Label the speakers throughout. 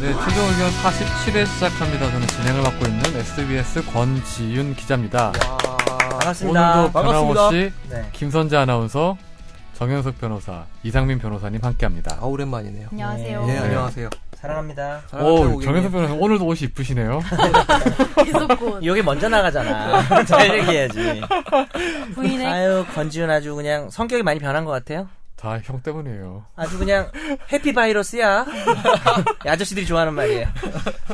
Speaker 1: 네, 최종 의견 47회 시작합니다. 저는 진행을 맡고 있는 SBS 권지윤 기자입니다.
Speaker 2: 반갑습니다.
Speaker 1: 오늘도 변함없이
Speaker 2: 네.
Speaker 1: 김선재 아나운서, 정현석 변호사, 이상민 변호사님 함께합니다.
Speaker 3: 아 오랜만이네요.
Speaker 4: 안녕하세요.
Speaker 3: 예
Speaker 1: 네.
Speaker 3: 안녕하세요.
Speaker 2: 사랑합니다.
Speaker 1: 오, 정현석 변호사님 오늘도 옷이 이쁘시네요.
Speaker 4: 계속 곧
Speaker 2: 여기 먼저 나가잖아. 네. 잘 얘기해야지.
Speaker 4: 부인의
Speaker 2: 아유, 권지훈 아주 그냥 성격이 많이 변한 것 같아요.
Speaker 1: 다 형 때문이에요.
Speaker 2: 아주 그냥 해피 바이러스야. 이 아저씨들이 좋아하는 말이에요.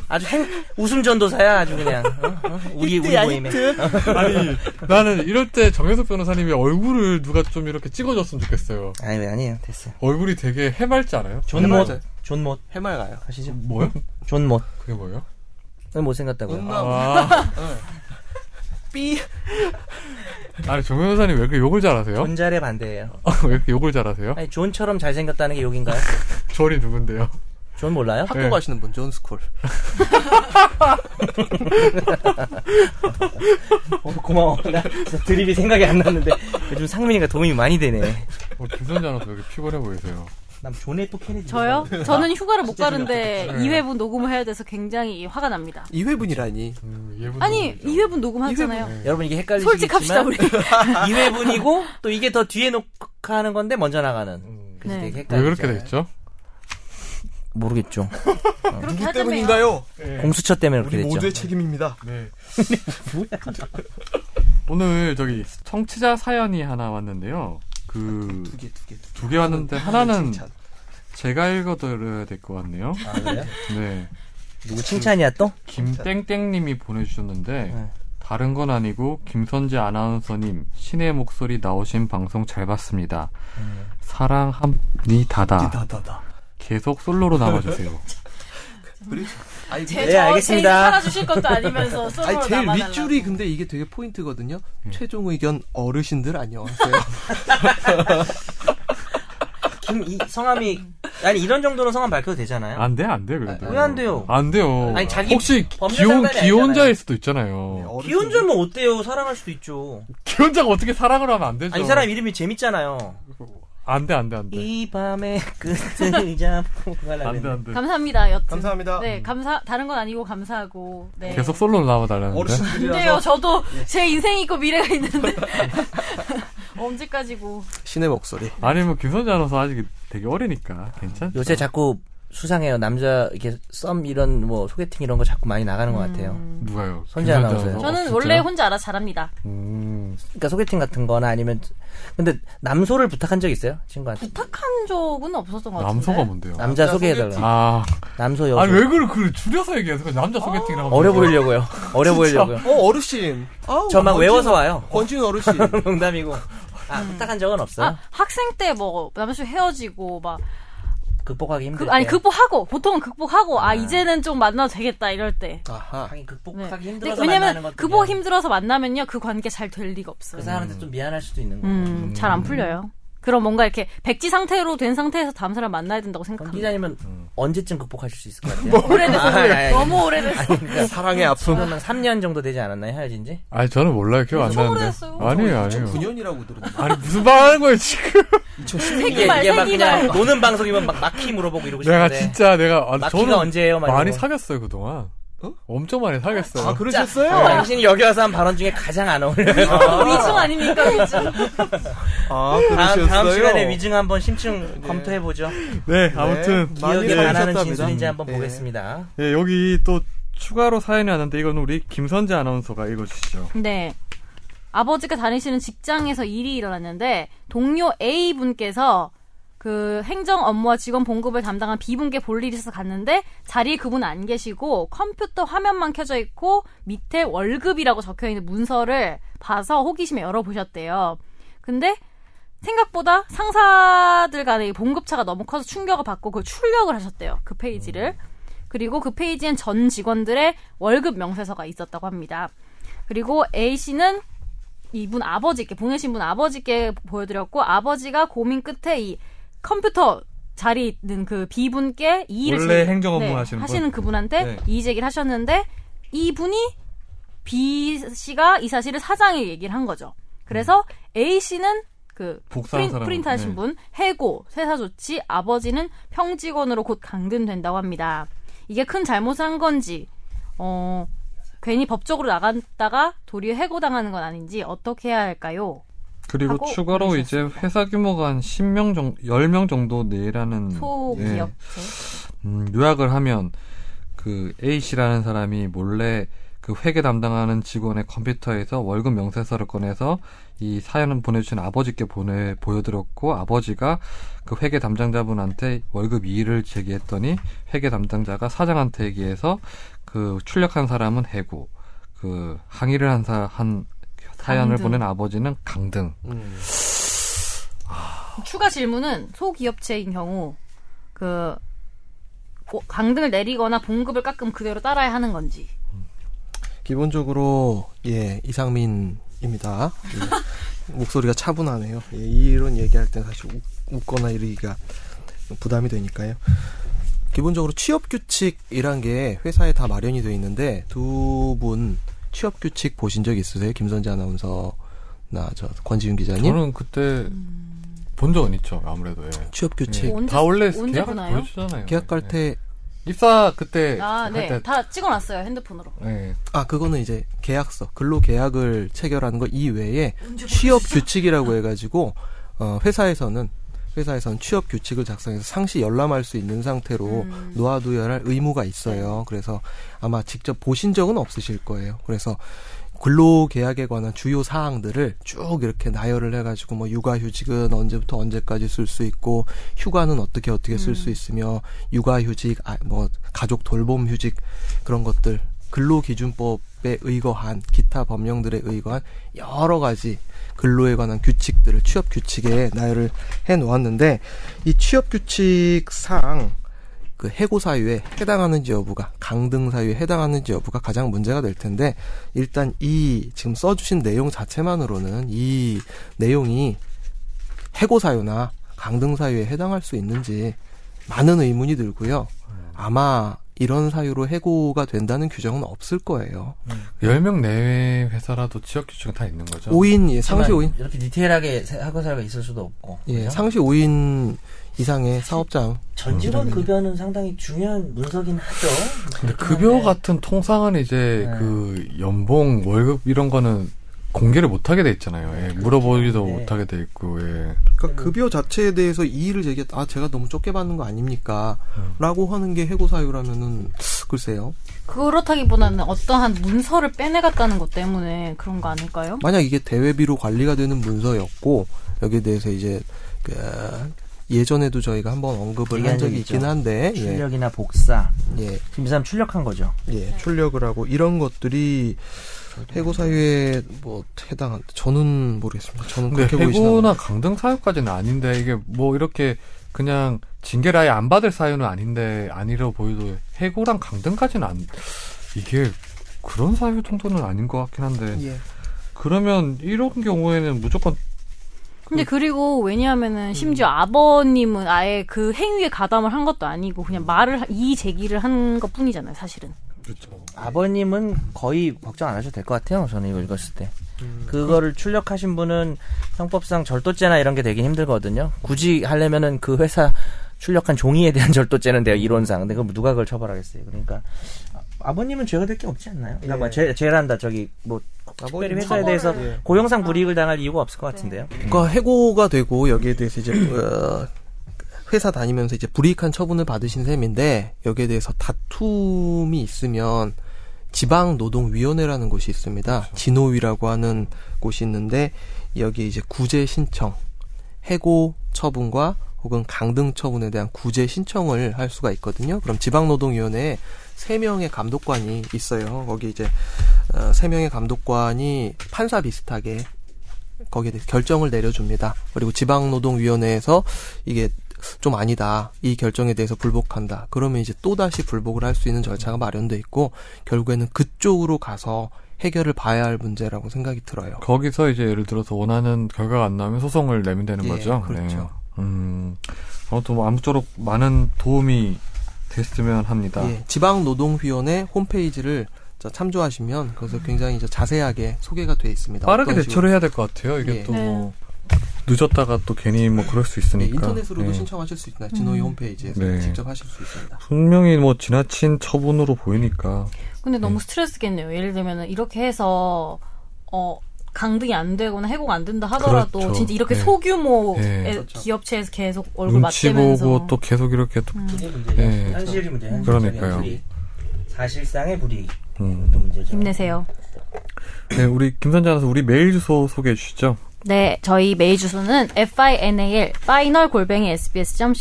Speaker 2: 아주 행, 웃음 전도사야. 아주 그냥 어? 어? 우리 우리 모임에.
Speaker 1: 아니, 나는 이럴 때 정현석 변호사님이 얼굴을 누가 좀 이렇게 찍어줬으면 좋겠어요.
Speaker 2: 아니 왜 아니에요. 됐어요.
Speaker 1: 얼굴이 되게 해맑지 않아요?
Speaker 2: 존못. 존못.
Speaker 3: 해맑아요.
Speaker 2: 아시죠?
Speaker 1: 뭐요?
Speaker 2: 존못.
Speaker 1: 그게 뭐예요?
Speaker 2: 왜 못생겼다고요?
Speaker 3: 음남
Speaker 1: 아,
Speaker 3: 네, 삐.
Speaker 1: 아니, 정 변호사님 왜 이렇게 욕을 잘하세요?
Speaker 2: 존잘의 반대예요.
Speaker 1: 왜 이렇게 욕을 잘하세요?
Speaker 2: 아니 존처럼 잘생겼다는 게 욕인가요?
Speaker 1: 졸이 누군데요?
Speaker 2: 존 몰라요?
Speaker 1: 네.
Speaker 3: 학교 가시는 분 존스콜.
Speaker 2: 어, 고마워. 나 진짜 드립이 생각이 안 났는데 요즘 상민이가 도움이 많이 되네.
Speaker 1: 어, 김선재 아나운서 왜 이렇게 피곤해 보이세요?
Speaker 2: 난 존에 또 캐리.
Speaker 4: 저요? 저는 휴가를 못 가는데
Speaker 1: 재미없겠다.
Speaker 4: 2회분 녹음을 해야 돼서 굉장히 화가 납니다.
Speaker 3: 이 회분이라니.
Speaker 4: 아,
Speaker 1: 음, 이해분
Speaker 4: 아니
Speaker 1: 좀-
Speaker 4: 2회분 녹음하잖아요.
Speaker 2: 여러분 이게 헷갈리시겠지만
Speaker 4: 솔직합시다 우리.
Speaker 2: 2회분이고 또 이게 더 뒤에 녹화하는 건데 먼저 나가는.
Speaker 1: 음,
Speaker 2: 그래서
Speaker 4: 네.
Speaker 2: 되게 헷갈리죠.
Speaker 1: 왜 그렇게 됐죠?
Speaker 2: 모르겠죠.
Speaker 4: 그렇게
Speaker 3: 누구
Speaker 4: 하자면
Speaker 3: 때문인가요?
Speaker 2: 공수처 때문에
Speaker 3: 우리
Speaker 2: 그렇게 됐죠.
Speaker 3: 모두의 책임입니다.
Speaker 1: 네. 오늘 저기 청취자 사연이 하나 왔는데요. 그 두
Speaker 3: 두
Speaker 1: 개
Speaker 3: 개, 두 개. 두
Speaker 1: 왔는데 하나는
Speaker 3: 칭찬.
Speaker 1: 제가 읽어드려야 될 것 같네요.
Speaker 2: 아, 그래요?
Speaker 1: 네.
Speaker 2: 누구 칭찬이야 또?
Speaker 1: 김땡땡님이 보내주셨는데
Speaker 2: 네.
Speaker 1: 다른 건 아니고 김선재 아나운서님 신의 목소리 나오신 방송 잘 봤습니다. 음.
Speaker 3: 아.
Speaker 1: 사랑합니다.
Speaker 3: 다다다.
Speaker 1: 계속 솔로로 남아주세요.
Speaker 3: 아니,
Speaker 4: 음.
Speaker 3: 뭐,
Speaker 4: 제
Speaker 2: 네,
Speaker 4: 저
Speaker 2: 알겠습니다.
Speaker 4: 제일 살아주실 것도 아니면서 솔로
Speaker 3: 아니 제일
Speaker 4: 남아달라고.
Speaker 3: 윗줄이 근데 이게 되게 포인트거든요.
Speaker 1: 예.
Speaker 3: 최종 의견 어르신들 안녕하세요.
Speaker 2: 김 이, 성함이 아니 이런 정도는 성함 밝혀도 되잖아요.
Speaker 1: 안 돼, 안 돼, 그래도.
Speaker 3: 아,
Speaker 2: 왜 안 돼요?
Speaker 1: 안 돼요.
Speaker 2: 아니, 자기
Speaker 1: 혹시
Speaker 2: 범죄
Speaker 1: 기혼,
Speaker 2: 상관이
Speaker 1: 기혼자일
Speaker 2: 아니잖아요. 네,
Speaker 1: 수도 있잖아요.
Speaker 3: 어르신.
Speaker 2: 기혼자면 뭐 어때요? 사랑할 수도 있죠.
Speaker 1: 기혼자가 어떻게 사랑을 하면 안 되죠.
Speaker 2: 아니 이 사람 이름이 재밌잖아요.
Speaker 1: 안 돼, 안 돼, 안 돼.
Speaker 2: 이 밤의 끝을 잡고 가라.
Speaker 1: 안 돼, 안 돼.
Speaker 4: 감사합니다. 여튼.
Speaker 3: 감사합니다.
Speaker 4: 네, 감사 다른 건 아니고 감사하고. 네.
Speaker 1: 계속 솔로로 남아달라는데.
Speaker 4: 근데요, 저도 제 인생이 있고 미래가 있는데 언제까지고?
Speaker 3: 신의 목소리.
Speaker 1: 아니면 뭐 김선재 아나운서 아직 되게 어리니까 괜찮죠.
Speaker 4: 그렇죠.
Speaker 2: 요새 자꾸 수상해요. 남자 이렇게 썸 이런 뭐 소개팅 이런 거 자꾸 많이 나가는 것 같아요.
Speaker 4: 음.
Speaker 1: 누가요?
Speaker 2: 선재
Speaker 1: 김선재
Speaker 2: 아나운서요.
Speaker 1: 아나운서?
Speaker 4: 저는
Speaker 1: 어,
Speaker 4: 원래
Speaker 1: 진짜요?
Speaker 4: 혼자 알아 잘합니다.
Speaker 1: 음,
Speaker 2: 그러니까 소개팅 같은 거나 아니면 근데 남소를 부탁한 적 있어요? 친구한테.
Speaker 4: 부탁한 적은 없었던 것 같은데.
Speaker 1: 남소가 뭔데요?
Speaker 2: 남자 소개해 달라.
Speaker 1: 아,
Speaker 2: 남소 여소.
Speaker 1: 아니 왜 그래? 그 줄여서 얘기해서 그냥 남자 소개팅이라고. 하면
Speaker 2: 어려
Speaker 1: 되죠.
Speaker 2: 보이려고요. 어려 보이려고요.
Speaker 3: 어 어르신. 아우,
Speaker 2: 저만
Speaker 3: 권진-
Speaker 2: 외워서 와요.
Speaker 3: 권진 어르신.
Speaker 2: 농담이고. 아, 부탁한 적은 없어요.
Speaker 4: 아, 학생 때 뭐 남자친구 헤어지고 막
Speaker 2: 극복하기 힘들
Speaker 4: 극,
Speaker 2: 때.
Speaker 4: 아니 극복하고 보통은 극복하고 아 이제는 좀 만나도 되겠다 이럴 때.
Speaker 3: 아하.
Speaker 2: 하긴 극복하기
Speaker 4: 네.
Speaker 2: 뭐 힘들어서
Speaker 4: 근데
Speaker 2: 만나는
Speaker 4: 왜냐면
Speaker 2: 것도
Speaker 4: 극복
Speaker 2: 미안.
Speaker 4: 힘들어서 만나면요 그 관계 잘 될 리가 없어요.
Speaker 2: 그 사람한테 좀 미안할 수도 있는 거예요.
Speaker 4: 음, 잘 안 풀려요. 그럼 뭔가 이렇게 백지 상태로 된 상태에서 다음 사람 만나야 된다고
Speaker 2: 권
Speaker 4: 생각합니다.
Speaker 2: 기자님은 언제쯤 극복하실 수 있을 것 같아요?
Speaker 4: 음. 뭐, 오래됐어.
Speaker 2: 아니, 아니, 아니.
Speaker 4: 너무 오래됐어.
Speaker 3: 사랑의 아픔.
Speaker 2: 지금은 3년 정도 되지 않았나요, 헤어진 지?
Speaker 1: 아니 저는 몰라요. 기억 안
Speaker 4: 엄청
Speaker 1: 나는데.
Speaker 4: 오래됐어요.
Speaker 1: 아니에요, 아니에요.
Speaker 3: 2009년이라고 들었는데.
Speaker 1: 아니 무슨 말하는 거예요 지금?
Speaker 2: 이게,
Speaker 4: 생기말,
Speaker 2: 이게 막
Speaker 4: 생기말.
Speaker 2: 그냥 노는 방송이면 막 막히 물어보고 이러고 싶은데
Speaker 1: 내가 진짜 내가 아,
Speaker 2: 막히가
Speaker 1: 저는
Speaker 2: 언제예요? 막
Speaker 1: 많이
Speaker 2: 이러고.
Speaker 1: 사귀었어요 그 동안.
Speaker 3: 어?
Speaker 1: 엄청 많이 사귀었어요.
Speaker 3: 아 그러셨어요?
Speaker 2: 당신이 여기 와서 한 발언 중에 가장 안 어울려요
Speaker 4: 위중 아닙니까 위중.
Speaker 3: 아
Speaker 2: 다음,
Speaker 3: 그러셨어요.
Speaker 2: 다음 시간에 위증 한번 심층 검토해보죠
Speaker 1: 네, 아무튼
Speaker 2: 기억이 안 하는
Speaker 3: 사귀셨답니다.
Speaker 2: 진술인지 한번
Speaker 3: 네.
Speaker 2: 보겠습니다
Speaker 1: 예, 여기 또 추가로 사연이 왔는데 이건 우리 김선재 아나운서가 읽어주시죠.
Speaker 4: 네. 아버지가 다니시는 직장에서 일이 일어났는데 동료 A 분께서 그 행정 업무와 직원 봉급을 담당한 B 분께 볼 일이 있어서 갔는데 자리에 그분 안 계시고 컴퓨터 화면만 켜져 있고 밑에 월급이라고 적혀 있는 문서를 봐서 호기심에 열어보셨대요. 근데 생각보다 상사들 간의 이 봉급차가 너무 커서 충격을 받고 그걸 출력을 하셨대요. 그 페이지를.
Speaker 1: 음.
Speaker 4: 그리고 그 페이지엔 전 직원들의 월급 명세서가 있었다고 합니다. 그리고 A 씨는 이분 아버지께 보내신 분 아버지께 보여드렸고 아버지가 고민 끝에 이 컴퓨터 자리 있는 그 B 분께 이의를
Speaker 1: 원래
Speaker 4: 제기-
Speaker 1: 행정 업무 하시는 분.
Speaker 4: 그분한테
Speaker 1: 네.
Speaker 4: 이의 제기를 하셨는데 이분이 B 씨가 이 사실을 사장에게 얘기를 한 거죠. 그래서 A 씨는 그
Speaker 1: 복사한 사람.
Speaker 4: 프린, 트 하신
Speaker 1: 네.
Speaker 4: 분 해고, 세사 조치, 아버지는 평직원으로 곧 강등된다고 합니다. 이게 큰 잘못을 한 건지 어 괜히 법적으로 나갔다가 도리어 해고당하는 건 아닌지 어떻게 해야 할까요?
Speaker 1: 그리고
Speaker 4: 하고
Speaker 1: 추가로 이제
Speaker 4: 올리셨습니다.
Speaker 1: 회사 규모가 한 10명 정도, 10명 정도 내라는 예,
Speaker 4: 소기업체 네.
Speaker 1: 음, 요약을 하면 그 A 씨라는 사람이 몰래 그 회계 담당하는 직원의 컴퓨터에서 월급 명세서를 꺼내서 이 사연을 보내주신 아버지께 보내 보여드렸고 아버지가 그 회계 담당자분한테 월급 이의를 제기했더니 회계 담당자가 사장한테 얘기해서 그 출력한 사람은 해고 그 항의를 한사한 사연을
Speaker 4: 강등.
Speaker 1: 보낸 아버지는 강등
Speaker 3: 음.
Speaker 4: 추가 질문은 소기업체인 경우 그 고- 강등을 내리거나 봉급을 깎음 그대로 따라야 하는 건지
Speaker 3: 기본적으로 예 이상민입니다. 예. 목소리가 차분하네요. 예, 이런 얘기할 때 사실 웃, 거나 이러기가 부담이 되니까요. 기본적으로 취업 규칙이란 게 회사에 다 마련이 돼 있는데 두 분 취업 규칙 보신 적 있으세요? 김선재 아나운서나 저 권지윤 기자님
Speaker 1: 저는 그때 본 적은 있죠 아무래도 예.
Speaker 3: 취업 규칙
Speaker 2: 네.
Speaker 1: 예.
Speaker 4: 언제-
Speaker 1: 다 원래
Speaker 4: 언제
Speaker 1: 계약을
Speaker 4: 보나요?
Speaker 1: 보여주잖아요
Speaker 3: 계약
Speaker 1: 예.
Speaker 3: 갈때
Speaker 1: 입사 그때
Speaker 4: 아
Speaker 1: 할 때,
Speaker 4: 네 다 찍어놨어요 핸드폰으로
Speaker 1: 예,
Speaker 3: 아 그거는 이제 계약서 근로 계약을 체결하는 거 이외에 취업 규칙이라고 해가지고 어, 회사에서는 회사에서는 취업 규칙을 작성해서 상시 열람할 수 있는 상태로
Speaker 4: 음.
Speaker 3: 놓아두어야 할 의무가 있어요. 그래서 아마 직접 보신 적은 없으실 거예요. 그래서 근로 계약에 관한 주요 사항들을 쭉 이렇게 나열을 해가지고 뭐 육아휴직은 언제부터 언제까지 쓸 수 있고 휴가는 어떻게 어떻게 쓸 수 있으며 육아휴직 아, 뭐 가족 돌봄 휴직 그런 것들 근로기준법에 의거한 기타 법령들에 의거한 여러 가지 근로에 관한 규칙들을 취업 규칙에 나열을 해 놓았는데 이 취업 규칙상 그 해고 사유에 해당하는지 여부가 강등 사유에 해당하는지 여부가 가장 문제가 될 텐데 일단 이 지금 써주신 내용 자체만으로는 이 내용이 해고 사유나 강등 사유에 해당할 수 있는지 많은 의문이 들고요. 아마 이런 사유로 해고가 된다는 규정은 없을 거예요.
Speaker 1: 10명 내외 회사라도 지역 규칙은 다 있는 거죠.
Speaker 3: 5인 예, 상시
Speaker 2: 하지만
Speaker 3: 5인
Speaker 2: 이렇게 디테일하게 학원사가 있을 수도 없고.
Speaker 3: 예,
Speaker 2: 그죠?
Speaker 3: 상시 5인 이상의 사업장
Speaker 2: 전 직원 급여는 상당히 중요한 문서긴 하죠.
Speaker 1: 근데 급여
Speaker 3: 네.
Speaker 1: 같은 통상은 이제
Speaker 2: 네.
Speaker 1: 그 연봉, 월급 이런 거는 공개를 못 하게 돼 있잖아요.
Speaker 3: 그렇죠.
Speaker 1: 예, 물어보기도
Speaker 2: 네.
Speaker 1: 못 하게 돼 있고. 예.
Speaker 3: 그러니까 급여 자체에 대해서 이의를 제기했다. 아, 제가 너무 적게 받는 거 아닙니까? 라고 하는 게 해고 사유라면은 글쎄요.
Speaker 4: 그렇다기보다는 어떠한 문서를 빼내갔다는 것 때문에 그런 거 아닐까요?
Speaker 3: 만약 이게 대외비로 관리가 되는 문서였고 여기에 대해서 이제 그 예전에도 저희가 한번 언급을 한
Speaker 2: 얘기한
Speaker 3: 적이
Speaker 2: 적이
Speaker 3: 있긴
Speaker 2: 있죠.
Speaker 3: 한데 예,
Speaker 2: 네. 출력이나 복사.
Speaker 3: 예,
Speaker 2: 지금 이 사람 출력한 거죠.
Speaker 3: 예, 출력을 하고 이런 것들이 해고 사유에 뭐 해당한 저는 모르겠습니다. 저는
Speaker 1: 근데
Speaker 3: 그렇게 보이진
Speaker 1: 네, 해고나
Speaker 3: 않아요.
Speaker 1: 강등 사유까지는 아닌데 이게 뭐 이렇게 그냥 징계를 아예 안 받을 사유는 아닌데 아니라 보여도 해고랑 강등까지는 안 이게 그런 사유 정도는 아닌 것 같긴 한데
Speaker 3: 예.
Speaker 1: 그러면 이런 경우에는 무조건
Speaker 4: 근데 그리고
Speaker 1: 음.
Speaker 4: 왜냐하면은 심지어 아버님은 아예 그 행위에 가담을 한 것도 아니고 그냥 말을 하- 이의 제기를 한 것뿐이잖아요 사실은.
Speaker 2: 아버님은 거의 걱정 안 하셔도 될 것 같아요. 저는 이거 읽었을 때. 그거를 출력하신 분은 형법상 절도죄나 이런 게 되긴 힘들거든요. 굳이 하려면은 그 회사 출력한 종이에 대한 절도죄는 돼요. 이론상. 근데 그럼 누가 그걸 처벌하겠어요. 그러니까 아, 버님은 죄가 될 게 없지 않나요? 그러니까 뭐 죄, 죄란다. 저기 뭐 특별히 회사에
Speaker 4: 처벌을-
Speaker 2: 대해서
Speaker 3: 예.
Speaker 2: 고용상 불이익을
Speaker 4: 아.
Speaker 2: 당할 이유가 없을 것 같은데요.
Speaker 3: 그러니까 해고가 되고 여기에 대해서 이제 어, 회사 다니면서 이제 불이익한 처분을 받으신 셈인데 여기에 대해서 다툼이 있으면 지방 노동 위원회라는 곳이 있습니다. 진호위라고 하는 곳이 있는데 여기에 이제 구제 신청, 해고 처분과 혹은 강등 처분에 대한 구제 신청을 할 수가 있거든요. 그럼 지방 노동 위원회에 세 명의 감독관이 있어요. 거기 이제 어, 세 명의 감독관이 판사 비슷하게 거기에 대해서 결정을 내려줍니다. 그리고 지방노동위원회에서 이게 좀 아니다. 이 결정에 대해서 불복한다. 그러면 이제 또다시 불복을 할 수 있는 절차가 마련돼 있고 결국에는 그쪽으로 가서 해결을 봐야 할 문제라고 생각이 들어요.
Speaker 1: 거기서 이제 예를 들어서 원하는 결과가 안 나오면 소송을 내면 되는
Speaker 3: 예,
Speaker 1: 거죠.
Speaker 3: 그렇죠.
Speaker 1: 음, 아무튼 뭐 아무쪼록 많은 도움이 됐으면 합니다.
Speaker 3: 예, 지방노동위원회 홈페이지를 저 참조하시면 그것을 굉장히 저 자세하게 소개가 돼 있습니다.
Speaker 1: 음. 빠르게
Speaker 3: 어떤 식으로-
Speaker 4: 네.
Speaker 1: 대처를 해야 될 것 같아요. 이게
Speaker 3: 예.
Speaker 1: 또 뭐 늦었다가 또 괜히 뭐 그럴 수
Speaker 3: 네,
Speaker 1: 있으니까.
Speaker 3: 인터넷으로도
Speaker 1: 네.
Speaker 3: 신청하실 수 있나 진호이 홈페이지에서
Speaker 1: 네.
Speaker 3: 직접 하실 수 있습니다.
Speaker 1: 분명히 뭐 지나친 처분으로 보이니까
Speaker 4: 근데 너무 스트레스겠네요. 예를 들면은 이렇게 해서 어 강등이 안 되거나 해고가 안 된다 하더라도
Speaker 1: 그렇죠.
Speaker 4: 진짜 이렇게
Speaker 1: 네.
Speaker 4: 소규모의
Speaker 1: 네.
Speaker 3: 그렇죠.
Speaker 4: 기업체에서 계속 얼굴
Speaker 1: 눈치
Speaker 4: 맞대면서 음.
Speaker 1: 보고 또 계속 이렇게 또
Speaker 2: 그게 문제죠.
Speaker 1: 예.
Speaker 2: 현실이 문제. 현실적인
Speaker 1: 그러니까요.
Speaker 2: 불이익. 사실상의 불이익.
Speaker 1: 음.
Speaker 2: 그것도 문제죠.
Speaker 4: 힘내세요.
Speaker 1: 네, 우리 김선재 아나운서 우리 메일 주소 소개해 주시죠.
Speaker 4: 네, 저희 메일 주소는 final final 골뱅이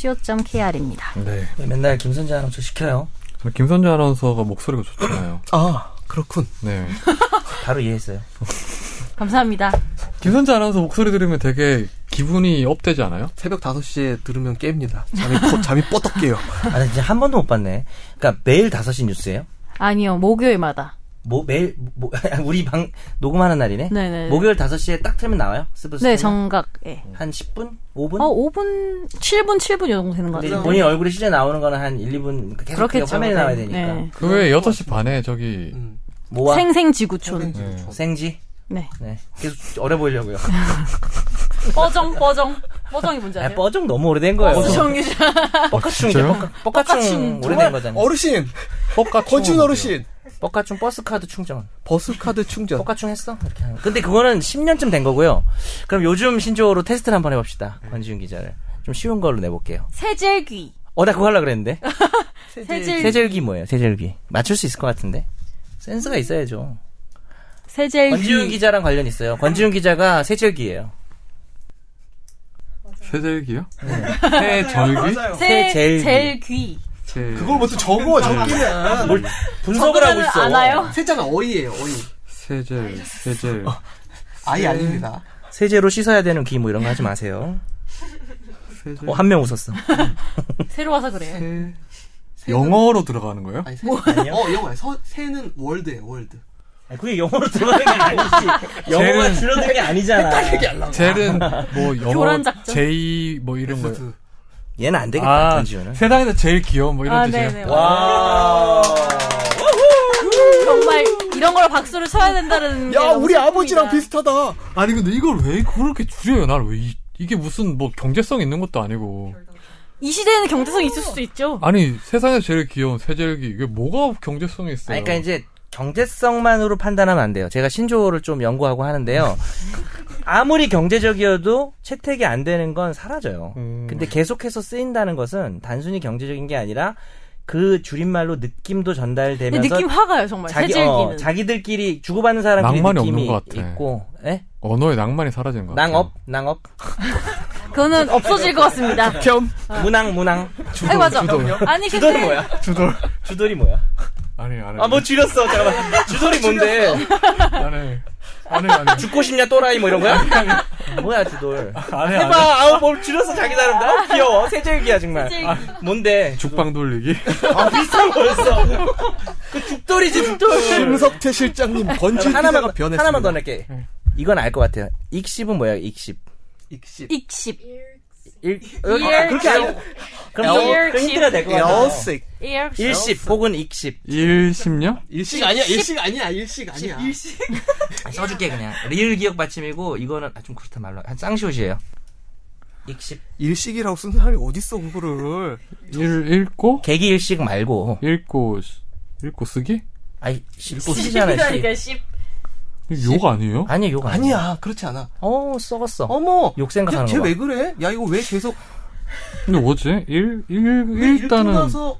Speaker 4: sbs.co.kr입니다.
Speaker 1: 네.
Speaker 2: 맨날 김선재 아나운서 시켜요.
Speaker 1: 김선재 아나운서가 목소리가 좋잖아요.
Speaker 3: 아 그렇군.
Speaker 1: 네.
Speaker 2: 바로 이해했어요.
Speaker 4: 감사합니다.
Speaker 1: 김선재 아나운서 목소리 들으면 되게 기분이 업되지 않아요?
Speaker 3: 새벽 5시에 들으면 깹니다. 잠이 뽀- 잠이 뻗덕 깨요.
Speaker 2: 아, 나 진짜 한 번도 못 봤네. 그러니까 매일 5시 뉴스예요.
Speaker 4: 아니요, 목요일마다.
Speaker 2: 뭐 매일 뭐, 우리 방 녹음하는 날이네.
Speaker 4: 네네.
Speaker 2: 목요일 5시에 딱 틀면 나와요. 스브스.
Speaker 4: 네, 정각. 예.
Speaker 2: 한 10분? 5분?
Speaker 4: 어, 5분, 7분, 7분 이 정도 되는 것
Speaker 2: 근데
Speaker 4: 같아요.
Speaker 2: 본인 얼굴이 실제 나오는 거는 한 1, 2분 계속
Speaker 4: 그렇겠죠.
Speaker 2: 네. 화면에
Speaker 4: 네.
Speaker 2: 나와야 되니까.
Speaker 4: 네.
Speaker 1: 그 외에 8시 반에 저기
Speaker 3: 음.
Speaker 2: 모아
Speaker 4: 생생지구촌.
Speaker 2: 생지.
Speaker 4: 네.
Speaker 2: 네. 계속 어려 보이려고요.
Speaker 4: 뻐정, 뻐정. 뻐정이 뭔지
Speaker 2: 아,
Speaker 4: 아세요?
Speaker 2: 뻐종 너무 오래된 거예요.
Speaker 4: 정유자.
Speaker 2: 뻑카충이죠. 뻑카- 뻑카충 오래된 거잖아요.
Speaker 3: 어르신,
Speaker 1: 뻑가
Speaker 3: 권춘 어르신,
Speaker 2: 뻑카충 버스카드 충전.
Speaker 3: 버스카드 충전.
Speaker 2: 뻑카충 했어? 이렇게 하는 거. 근데 그거는 10년쯤 된 거고요. 그럼 요즘 신조어로 테스트를 한번 해봅시다. 권지훈 기자를. 좀 쉬운 걸로 내볼게요.
Speaker 4: 세젤귀.
Speaker 2: 어, 나 그거 하려고 그랬는데.
Speaker 4: 아, 세젤,
Speaker 2: 세절기 뭐예요? 세절기. 맞출 수 있을 것 같은데. 센스가 있어야죠.
Speaker 4: 세젤귀.
Speaker 2: 권지훈 기자랑 관련 있어요. 권지훈 기자가 세절기예요.
Speaker 1: 세절기요? 네. 세절기?
Speaker 4: 세,
Speaker 2: 세젤귀.
Speaker 4: 젤귀.
Speaker 1: 세...
Speaker 3: 그걸
Speaker 2: 뭐-
Speaker 3: 무슨 적어 적기는
Speaker 2: 뭘 분석을 하고 있어.
Speaker 4: 안아요?
Speaker 3: 세자가 어이예요 어이.
Speaker 1: 세절 세절
Speaker 3: 아이 아닙니다.
Speaker 2: 세제로 씻어야 되는 귀 뭐 이런 거 하지 마세요.
Speaker 1: 세절
Speaker 2: 어, 한 명 웃었어.
Speaker 4: 새로 와서 그래요.
Speaker 1: 세... 영어로 들어가는 거예요?
Speaker 3: 아니, 세, 어 영어야. 서, 새는 월드예요 월드.
Speaker 2: 아니, 그게 영어로 들어가는 게 아니지. 영어가
Speaker 1: 쟤는-
Speaker 2: 줄어든 게 아니잖아.
Speaker 1: 젤은 뭐 영어
Speaker 4: 교란 작전?
Speaker 1: 제이 뭐 이런 거예요.
Speaker 2: 얘는 안 되겠다.
Speaker 1: 아,
Speaker 2: 권지훈은.
Speaker 1: 세상에서 제일 귀여운 뭐 이런
Speaker 4: 아,
Speaker 1: 뜻이에요.
Speaker 4: 네네.
Speaker 2: 와.
Speaker 4: 정말 이런 걸 박수를 쳐야 된다는. 게 네, 너무 슬픕니다.
Speaker 3: 비슷하다.
Speaker 1: 아니 근데 이걸 왜 그렇게 줄여요? 날왜 이게 무슨 뭐 경제성 있는 것도 아니고
Speaker 4: 이 시대에는 경제성이 있을 수도 있죠. 아니,
Speaker 1: 아니 세상에서 제일 귀여운 세절기 이게 뭐가 경제성이 있어요?
Speaker 2: 아니, 그러니까 이제 경제성만으로 판단하면 안 돼요. 제가 신조어를 좀 연구하고 하는데요. 아무리 경제적이어도 채택이 안 되는 건 사라져요.
Speaker 1: 음.
Speaker 2: 근데 계속해서 쓰인다는 것은 단순히 경제적인 게 아니라 그 줄임말로 느낌도
Speaker 4: 근데
Speaker 2: 전달되면서
Speaker 4: 느낌 화가요, 정말.
Speaker 2: 자기
Speaker 4: 세젤귀는.
Speaker 2: 어, 자기들끼리 주고받는 사람끼리
Speaker 1: 낭만이
Speaker 2: 느낌이
Speaker 1: 없는 것 같아.
Speaker 2: 있고 예?
Speaker 1: 언어의 낭만이 사라지는 것 같아요.
Speaker 2: 낭업 낭업
Speaker 4: 그거는 없어질 것 같습니다.
Speaker 1: 겸
Speaker 4: 아.
Speaker 2: 문항 문항
Speaker 4: 아니, 맞아. 아니,
Speaker 2: 주돌이
Speaker 4: 근데.
Speaker 2: 뭐야?
Speaker 1: 주돌
Speaker 2: 주돌이 뭐야?
Speaker 1: 아니 아니
Speaker 2: 아 뭐 줄였어 잠깐만 주돌이
Speaker 4: 아,
Speaker 2: 뭔데?
Speaker 1: 아니 아니 아니
Speaker 2: 죽고 싶냐 또라이 뭐 이런 거야? 뭐야 주돌?
Speaker 1: 아니
Speaker 2: 해봐
Speaker 1: 아니
Speaker 2: 네, 아우 뭘 줄였어 자기 나름대로 아우, 귀여워 세절기야 정말 아,
Speaker 4: 세젤귀.
Speaker 2: 뭔데?
Speaker 1: 죽방 돌리기
Speaker 2: 아 비슷한 거였어 그 죽돌이지 죽돌
Speaker 3: 김석태 실장님 권춘
Speaker 2: 네. 하나만
Speaker 3: 기자가 변했습니다.
Speaker 2: 하나만 더 낼게 이건 알 것 같아요 익십은 뭐야 익십
Speaker 3: 익십.
Speaker 4: 익십.
Speaker 2: 일, 아,
Speaker 4: 이열-
Speaker 2: 그렇게 알 그럼
Speaker 4: 이열-
Speaker 2: 좀 힌트가 될 것 같아요
Speaker 3: 여식.
Speaker 4: 일식.
Speaker 2: 일십 혹은 익십
Speaker 1: 일심녀
Speaker 3: 일식 아니야. 일식 아니야. 일식 아니야.
Speaker 2: 아, 써줄게 그냥 리을 기억 받침이고 이거는 아, 좀 그렇다 말로 한 쌍시옷이에요 익십
Speaker 3: 일식이라고 쓴 사람이 어딨어 그거를.
Speaker 1: 일 읽고
Speaker 2: 개기 일식 말고
Speaker 1: 읽고 읽고 쓰기
Speaker 2: 아이 시- 시잖아 시
Speaker 4: 십이라니까 십.
Speaker 1: 이거 욕 아니에요?
Speaker 2: 아니 욕 아니야
Speaker 3: 아니야. 그렇지 않아.
Speaker 2: 어 썩었어
Speaker 3: 어머.
Speaker 2: 욕 생각하는 거 봐.
Speaker 3: 쟤왜 그래? 야 이거 왜 계속
Speaker 1: 근데 뭐지? 일, 일,
Speaker 3: 왜 읽고
Speaker 1: 일단은.
Speaker 3: 나서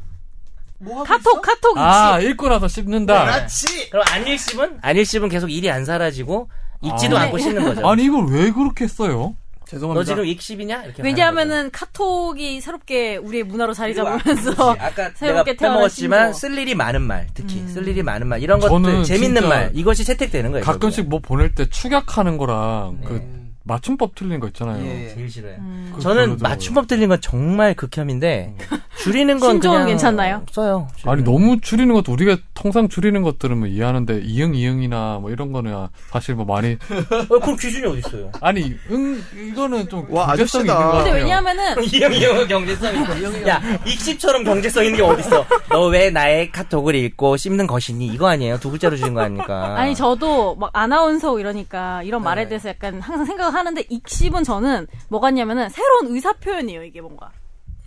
Speaker 3: 뭐 하고
Speaker 4: 카톡,
Speaker 3: 있어?
Speaker 4: 카톡
Speaker 1: 아,
Speaker 4: 익십.
Speaker 1: 읽고 나서
Speaker 3: 네,
Speaker 1: 씹는다.
Speaker 3: 그렇지.
Speaker 2: 그럼 안일십은 안일십은 계속 일이 안 사라지고 익지도
Speaker 1: 아.
Speaker 2: 않고 씻는 거죠
Speaker 1: 아니, 이걸 왜 그렇게 써요?
Speaker 2: 너
Speaker 3: 죄송합니다.
Speaker 2: 지금 익십이냐 이렇게 하는
Speaker 4: 왜냐하면은 카톡이 새롭게 우리의 문화로 자리 잡으면서
Speaker 2: 거죠. 아까 내가
Speaker 4: 새롭게 음. 태어난
Speaker 2: 빼먹었지만
Speaker 4: 신조어.
Speaker 2: 쓸 일이 많은 말 특히 쓸 일이 많은 말 이런
Speaker 1: 저는
Speaker 2: 것들 재밌는
Speaker 1: 진짜
Speaker 2: 말 이것이 채택되는 거예요
Speaker 1: 가끔씩 뭐 보낼 때 축약하는 거랑 그
Speaker 3: 음.
Speaker 1: 맞춤법 틀린 거 있잖아요. 그
Speaker 3: 예.
Speaker 4: 음.
Speaker 2: 결국엔. 제일 싫어요
Speaker 1: 그거 별로더라고요.
Speaker 2: 저는 맞춤법 들린 건 정말 극혐인데 줄이는 건
Speaker 4: 신조어
Speaker 2: 그냥
Speaker 4: 괜찮나요?
Speaker 2: 써요.
Speaker 1: 아니
Speaker 2: 줄이는.
Speaker 1: 너무 줄이는 것도 우리가 통상 줄이는 것들은 뭐 이해하는데 이응 이응이나 뭐 이런 거는 아, 사실 뭐 많이
Speaker 2: 어, 그럼 기준이 어디 있어요?
Speaker 1: 아니 응 이거는 좀
Speaker 5: 와,
Speaker 1: 경제성이
Speaker 5: 아저씨다.
Speaker 1: 있는 것
Speaker 4: 근데
Speaker 1: 같아요.
Speaker 4: 왜냐하면은
Speaker 2: 이형 이형 경제성 있고 야 익십처럼 경제성 있는 게 어디 있어? 너 왜 나의 카톡을 읽고 씹는 것이니? 이거 아니에요? 두 글자로 주는 거 아닙니까?
Speaker 4: 아니 저도 막 아나운서 이러니까 이런 말에
Speaker 2: 네.
Speaker 4: 대해서 약간 항상 생각을 하는데 익십은 저는 뭐가 있냐면은 새로운 의사 표현이에요 이게 뭔가